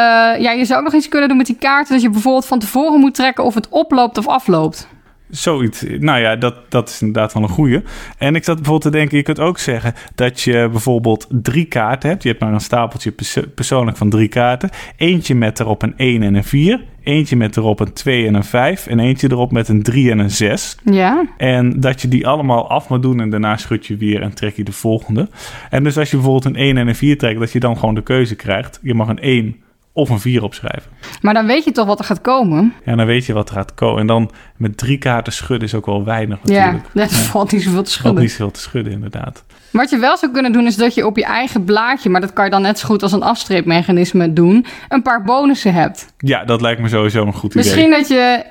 ja, je zou ook nog iets kunnen doen met die kaarten... dat je bijvoorbeeld van tevoren moet trekken of het oploopt of afloopt. Zoiets. Nou ja, dat, dat is inderdaad wel een goeie. En ik zat bijvoorbeeld te denken, je kunt ook zeggen dat je bijvoorbeeld drie kaarten hebt. Je hebt maar een stapeltje perso- persoonlijk van drie kaarten. Eentje met erop een 1 en een 4. Eentje met erop een 2 en een 5. En eentje erop met een 3 en een 6. Ja? En dat je die allemaal af moet doen en daarna schud je weer en trek je de volgende. En dus als je bijvoorbeeld een 1 en een 4 trekt, dat je dan gewoon de keuze krijgt. Je mag een 1 of een 4 opschrijven. Maar dan weet je toch wat er gaat komen. Ja, dan weet je wat er gaat komen. En dan met drie kaarten schudden is ook wel weinig Ja, natuurlijk. dat valt niet zoveel te Valt schudden. niet zoveel te schudden, inderdaad. Wat je wel zou kunnen doen, is dat je op je eigen blaadje, maar dat kan je dan net zo goed als een afstreepmechanisme doen, een paar bonussen hebt. Ja, dat lijkt me sowieso een goed idee. Misschien dat je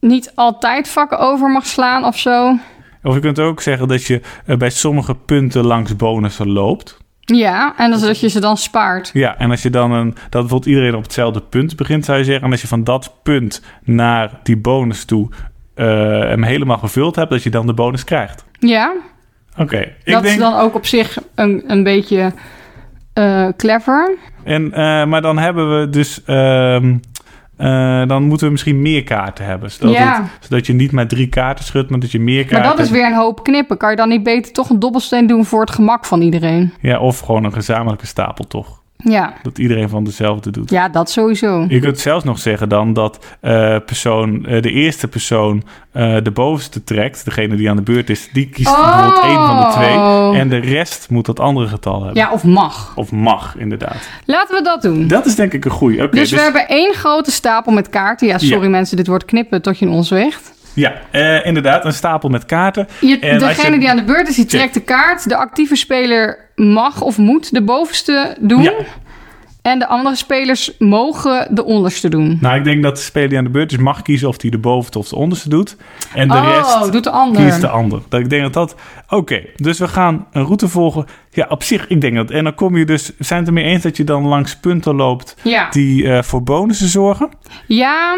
niet altijd vakken over mag slaan of zo. Of je kunt ook zeggen dat je eh, bij sommige punten langs bonussen loopt. Ja, en dat, dat je ze dan spaart. Ja, en als je dan een, dat bijvoorbeeld iedereen op hetzelfde punt begint, zou je zeggen. En als je van dat punt naar die bonus toe eh, hem helemaal gevuld hebt, dat je dan de bonus krijgt. Ja, Oké, ik dat denk. is dan ook op zich een, een beetje eh, clever. En, eh, maar dan hebben we dus. ehm, eh, dan moeten we misschien meer kaarten hebben. Zodat, Ja. het- zodat je niet maar drie kaarten schudt, maar dat je meer kaarten. Maar dat is weer een hoop knippen. Kan je dan niet beter toch een dobbelsteen doen voor het gemak van iedereen? Ja, of gewoon een gezamenlijke stapel toch. Ja, Dat iedereen van dezelfde doet. ja dat sowieso. Je kunt zelfs nog zeggen dan dat eh, persoon, eh, de eerste persoon eh, de bovenste trekt. Degene die aan de beurt is, die kiest Oh. bijvoorbeeld één van de twee. En de rest moet dat andere getal hebben. Ja, of mag. Of mag, inderdaad. Laten we dat doen. Dat is denk ik een goeie. Oké, dus, we hebben één grote stapel met kaarten. Ja, sorry Ja. mensen, dit wordt knippen tot je in ons weegt. Ja, eh, inderdaad, een stapel met kaarten. Je, En als degene je- die aan de beurt is, die Check. trekt de kaart. De actieve speler mag of moet de bovenste doen. Ja. En de andere spelers mogen de onderste doen. Nou, ik denk dat de speler die aan de beurt is mag kiezen of hij de bovenste of de onderste doet. En de oh, rest doet de ander. kiest de ander. Dat ik denk dat dat... Oké, dus we gaan een route volgen. Ja, op zich, ik denk dat... En dan kom je dus... Zijn het er mee eens dat je dan langs punten loopt Ja. die eh, voor bonussen zorgen? ja,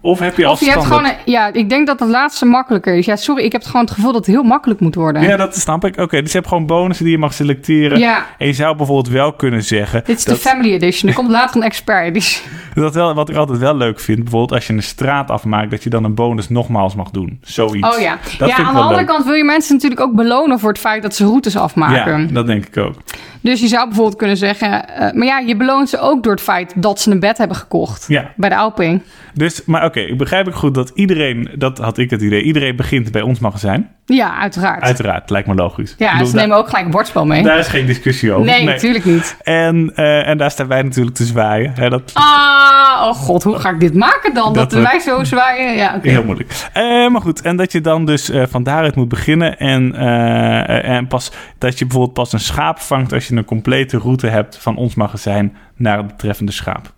Of heb je of als je hebt standaard- gewoon... een- ja, ik denk dat dat laatste makkelijker is. Ja, sorry, ik heb gewoon het gevoel dat het heel makkelijk moet worden. Ja, dat snap ik. Oké, dus je hebt gewoon bonussen die je mag selecteren. Ja, En je zou bijvoorbeeld wel kunnen zeggen... dit is dat, de Family Edition. Er komt later een Expert Edition. dat wel, wat ik altijd wel leuk vind, bijvoorbeeld als je een straat afmaakt, dat je dan een bonus nogmaals mag doen. Zoiets. Oh ja. Dat ja, vind ik aan de wel andere leuk. kant wil je mensen natuurlijk ook belonen voor het feit dat ze routes afmaken. Ja, dat denk ik ook. Dus je zou bijvoorbeeld kunnen zeggen... eh, maar ja, je beloont ze ook door het feit dat ze een bed hebben gekocht. Ja, Bij de Alping. Dus, maar oké, ik begrijp ik goed dat iedereen, dat had ik het idee, iedereen begint bij ons magazijn. Ja, uiteraard. Uiteraard, lijkt me logisch. Ik Ja, en bedoel, ze daar- nemen ook gelijk een bordspel mee. Daar is geen discussie over. nee, natuurlijk niet. En, eh, en daar staan wij natuurlijk te zwaaien. Hè, dat Ah, oh god, hoe ga ik dit maken dan? Dat, Dat wordt- wij zo zwaaien? Ja, oké. is heel moeilijk. Eh, maar goed, en dat je dan dus eh, van daaruit moet beginnen. En, eh, en pas, dat je bijvoorbeeld pas een schaap vangt als je een complete route hebt van ons magazijn naar het betreffende schaap.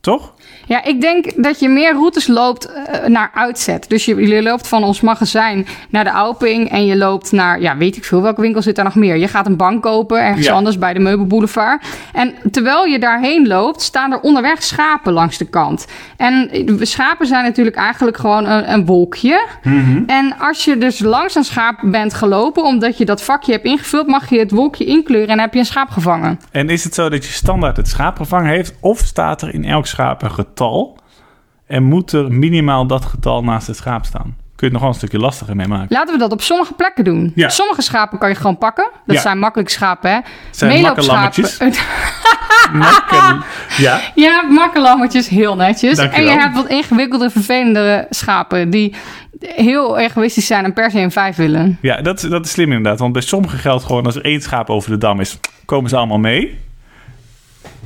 Toch? Ja, ik denk dat je meer routes loopt eh, naar uitzet. Dus je, je loopt van ons magazijn naar de Alping en je loopt naar, ja, weet ik veel, welke winkel zit daar nog meer? Je gaat een bank kopen ergens Ja. anders bij de meubelboulevard. En terwijl je daarheen loopt, staan er onderweg schapen langs de kant. En eh, schapen zijn natuurlijk eigenlijk gewoon een, een wolkje. En als je dus langs een schaap bent gelopen, omdat je dat vakje hebt ingevuld, mag je het wolkje inkleuren en heb je een schaap gevangen. En is het zo dat je standaard het schaap gevangen heeft, of staat er in elk schaap een getal en moet er minimaal dat getal naast het schaap staan? Kun je het nog wel een stukje lastiger mee maken? Laten we dat op sommige plekken doen. Ja. Sommige schapen kan je gewoon pakken. Dat Ja. zijn makkelijk schapen, hè? Zijn Meeloopschapen. Makken. Ja, ja, makkelammetjes, heel netjes. En Dankjewel. je hebt wat ingewikkelde, vervelendere schapen... die heel egoïstisch zijn en per se een vijf willen. ja dat, is- dat is slim inderdaad. Want bij sommigen geldt gewoon als er één schaap over de dam is, komen ze allemaal mee.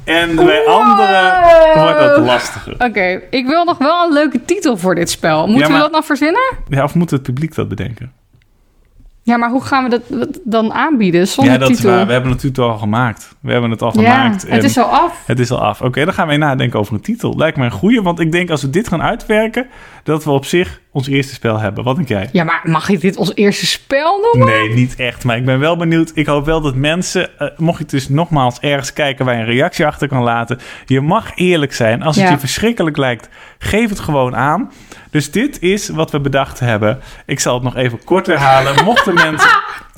En bij Wow. anderen wordt dat lastiger. Oké, ik wil nog wel een leuke titel voor dit spel. Moeten Ja, maar- we dat nog verzinnen? Ja, of moet het publiek dat bedenken? Ja, maar hoe gaan we dat dat dan aanbieden zonder ja, dat titel? is waar. We hebben het natuurlijk al gemaakt. We hebben het al ja, gemaakt. het en- is zo af. Het is al af. Oké, dan gaan wij nadenken over een titel. Lijkt me een goeie, want ik denk als we dit gaan uitwerken, dat we op zich ons eerste spel hebben. Wat denk jij? Ja, maar mag ik dit ons eerste spel noemen? Nee, niet echt. Maar ik ben wel benieuwd. Ik hoop wel dat mensen, eh, mocht je het dus nogmaals ergens kijken waar je een reactie achter kan laten. Je mag eerlijk zijn. Als het Ja. je verschrikkelijk lijkt, geef het gewoon aan. Dus dit is wat we bedacht hebben. Ik zal het nog even kort herhalen. Mochten mensen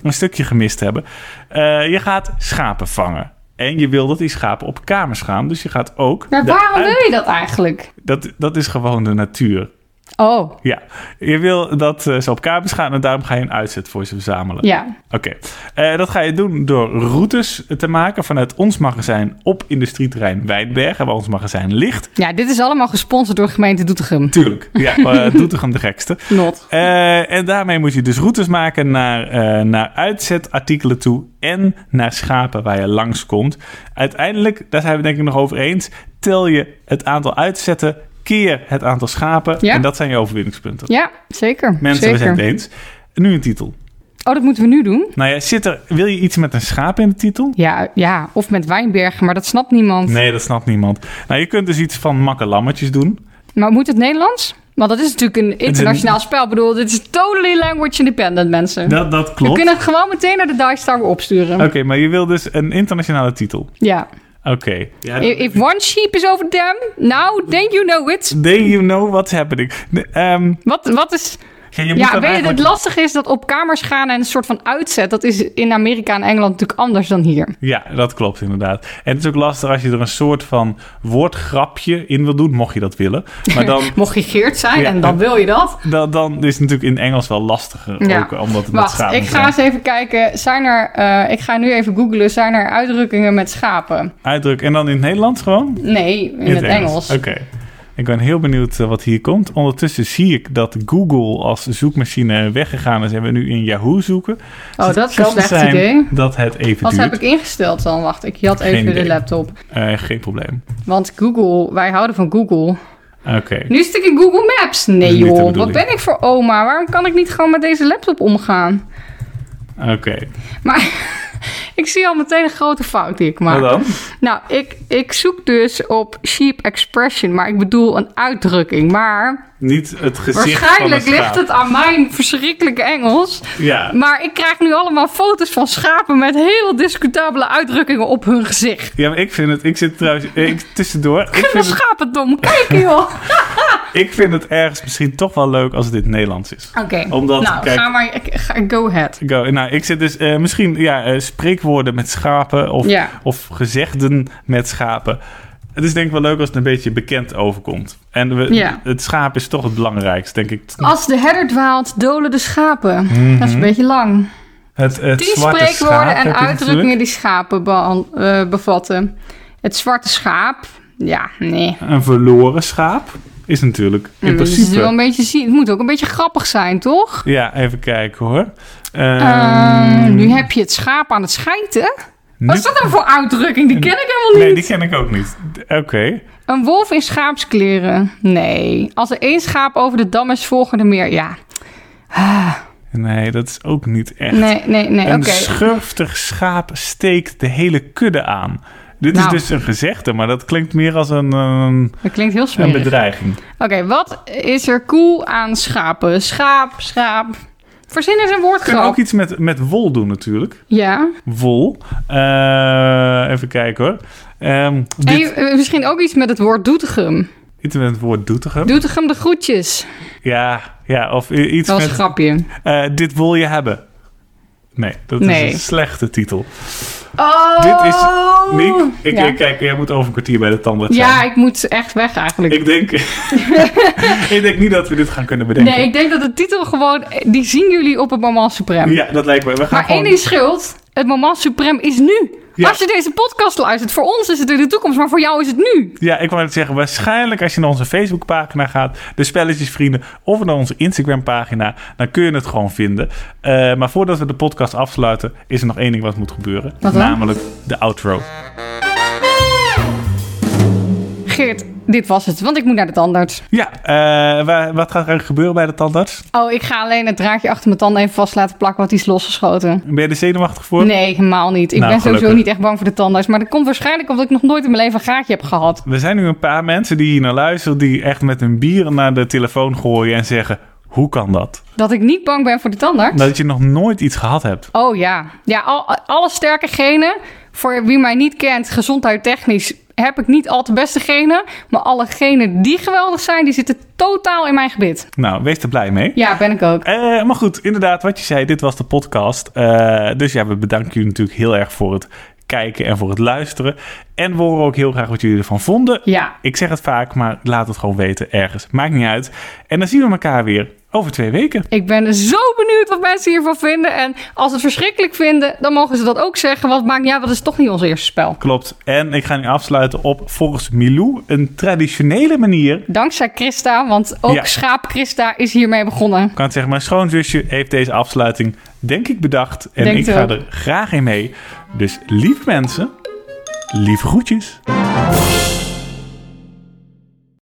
een stukje gemist hebben. Eh, je gaat schapen vangen. En je wil dat die schapen op kamers gaan. Dus je gaat ook. Maar de waarom uit- wil je dat eigenlijk? dat, dat is gewoon de natuur. Oh, Ja, je wil dat eh, ze op kabels gaan en daarom ga je een uitzet voor ze verzamelen. ja. Oké, Eh, dat ga je doen door routes te maken vanuit ons magazijn op industrieterrein Wijdbergen, waar ons magazijn ligt. Ja, dit is allemaal gesponsord door gemeente Doetinchem. Tuurlijk. Ja, eh, Doetinchem de gekste. Not. Eh, en daarmee moet je dus routes maken naar, eh, naar uitzetartikelen toe en naar schapen waar je langskomt. Uiteindelijk, daar zijn we denk ik nog over eens, tel je het aantal uitzetten keer het aantal schapen Ja. en dat zijn je overwinningspunten. Ja, zeker. Mensen, we zijn zeker. het eens. Nu een titel. Oh, dat moeten we nu doen? Nou ja, zit er, wil je iets met een schaap in de titel? Ja, ja, of met Wijnbergen, maar dat snapt niemand. Nee, dat snapt niemand. Nou, je kunt dus iets van makke lammetjes doen. Maar moet het Nederlands? Want dat is natuurlijk een internationaal spel. Ik bedoel, dit is totally language independent, mensen. Dat, dat We klopt. kunnen het gewoon meteen naar de Dice Star weer opsturen. Oké, maar je wil dus een internationale titel. Ja. Oké. Ja, If if one sheep is over them, now then you know it. Do you know what's happening? De- ehm, Wat, wat is... ja, je moet Ja, dan weet je, het eigenlijk- lastige is dat op kamers gaan en een soort van uitzet... dat is in Amerika en Engeland natuurlijk anders dan hier. Ja, dat klopt inderdaad. En het is ook lastig als je er een soort van woordgrapje in wil doen, mocht je dat willen. Maar dan, Mocht je Geert zijn Ja. en dan wil je dat. dan, dan is het natuurlijk in Engels wel lastiger. Ja. Ook, omdat het met Wacht, schapen ik ga zijn. eens even kijken. Zijn er... eh, ik ga nu even googlen. Zijn er uitdrukkingen met schapen? Uitdruk. En dan in het Nederlands gewoon? Nee, in, het Engels. Oké. Ik ben heel benieuwd eh, wat hier komt. Ondertussen zie ik dat Google als zoekmachine weggegaan is en we nu in Yahoo zoeken. Oh, Dus dat het is een kan slecht zijn idee. Dat het even Wat duurt. heb ik ingesteld dan? Wacht, ik had Geen even de idee. laptop. Eh, geen probleem. Want Google, wij houden van Google. Oké. Nu stik ik Google Maps. Nee Niet de joh, wat bedoeling. ben ik voor oma? Waarom kan ik niet gewoon met deze laptop omgaan? Oké. Maar ik zie al meteen een grote fout die ik Wat maak. dan? Nou, ik, ik zoek dus op sheep expression, maar ik bedoel een uitdrukking. Maar Niet het gezicht waarschijnlijk van een ligt schaap. het aan mijn verschrikkelijke Engels. Ja. Maar ik krijg nu allemaal foto's van schapen met heel discutabele uitdrukkingen op hun gezicht. Ja, maar ik vind het... Ik zit trouwens... eh, Ik, tussendoor. Ik Kunnen vind, het, schapen dom kijken, joh. ik vind het ergens misschien toch wel leuk als het in het Nederlands is. Oké, Omdat, nou, kijk- ga maar, ik- ga- go ahead. Go. Nou, ik zit dus eh, misschien ja, eh, spreekwoorden met schapen of, Ja. of gezegden met schapen. Het is denk ik wel leuk als het een beetje bekend overkomt. En we, Ja. het schaap is toch het belangrijkste, denk ik. Als de herder dwaalt, dolen de schapen. Oh, Dat is een beetje lang. Mhm. Het, het Tien zwarte spreekwoorden schaap heb je en natuurlijk. uitdrukkingen die schapen behan- eh, bevatten. Het zwarte schaap, ja, nee. Een verloren schaap is natuurlijk in Hmm, dus het, is principe... wel een beetje zie- het moet ook een beetje grappig zijn, toch? Ja, even kijken hoor. Ehm, Eh, nu heb je het schaap aan het schijten. Wat nu- is dat nou voor uitdrukking? Die ken ik helemaal Nee, niet. die ken ik ook niet. Oké. Een wolf in schaapskleren. Nee. Als er één schaap over de dam is, volgen er meer. Ja. Ah. Nee, dat is ook niet echt. Nee, nee, nee. Oké. Een schurftig schaap steekt de hele kudde aan. Dit Nou. is dus een gezegde, maar dat klinkt meer als een, een, Dat klinkt heel een smerig. Oké, bedreiging. wat is er cool aan schapen? Schaap, schaap. Verzin eens een We kunnen woordgrap. ook iets met, met wol doen natuurlijk. Ja. Wol. Eh, even kijken hoor. Ehm En dit, je- eh, misschien ook iets met het woord Doetinchem. Iets met het woord doetigen. Doetinchem de groetjes. ja, ja, of i- iets Dat was een met grapje. eh, dit wil je hebben. Nee, dat Nee. is een slechte titel. Oh! Dit is- Niek, ik, ja. ik- kijk, jij moet over een kwartier bij de tandarts ja, zijn. ik moet echt weg eigenlijk. Ik denk, ik denk niet dat we dit gaan kunnen bedenken. nee, ik denk dat de titel gewoon... eh, Die zien jullie op het moment suprem. Ja, dat lijkt me. We gaan Maar gewoon... één is schuld. Het moment suprem is nu. Ja. Als je deze podcast luistert, voor ons is het in de toekomst, maar voor jou is het nu. Ja, ik wou net zeggen, waarschijnlijk als je naar onze Facebookpagina gaat, de Spelletjesvrienden, of naar onze Instagrampagina, dan kun je het gewoon vinden. Eh, maar voordat we de podcast afsluiten, is er nog één ding wat moet gebeuren. Wat dan? namelijk de outro. Geert, dit was het, want ik moet naar de tandarts. Ja, eh, wa- wat gaat er gebeuren bij de tandarts? Oh, ik ga alleen het draadje achter mijn tanden even vast laten plakken, want die is losgeschoten. Ben je er zenuwachtig voor? Nee, helemaal niet. Ik Nou, ben sowieso gelukkig. niet echt bang voor de tandarts. Maar dat komt waarschijnlijk omdat ik nog nooit in mijn leven een gaatje heb gehad. Er zijn nu een paar mensen die hier naar luisteren, die echt met hun bier naar de telefoon gooien en zeggen, hoe kan dat? Dat ik niet bang ben voor de tandarts. Dat je nog nooit iets gehad hebt. Oh ja. Ja, al, alle sterke genen. Voor wie mij niet kent, gezondheidstechnisch heb ik niet al te beste genen. Maar alle genen die geweldig zijn, die zitten totaal in mijn gebit. Nou, wees er blij mee. Ja, ben ik ook. Eh, maar goed, inderdaad, wat je zei, dit was de podcast. Eh, dus ja, we bedanken jullie natuurlijk heel erg voor het kijken en voor het luisteren. En we horen ook heel graag wat jullie ervan vonden. Ja. Ik zeg het vaak, maar laat het gewoon weten ergens. Maakt niet uit. En dan zien we elkaar weer over twee weken. Ik ben zo benieuwd wat mensen hiervan vinden. En als ze het verschrikkelijk vinden, dan mogen ze dat ook zeggen. Want het maakt niet uit, dat is toch niet ons eerste spel. Klopt. En ik ga nu afsluiten op volgens Milou een traditionele manier. Ik Dankzij Christa, want ook Ja. schaap Christa is hiermee begonnen. kan het zeggen, mijn schoonzusje heeft deze afsluiting denk ik bedacht. En Denk ik het ga ook. er graag in mee. Dus lieve mensen, lieve groetjes.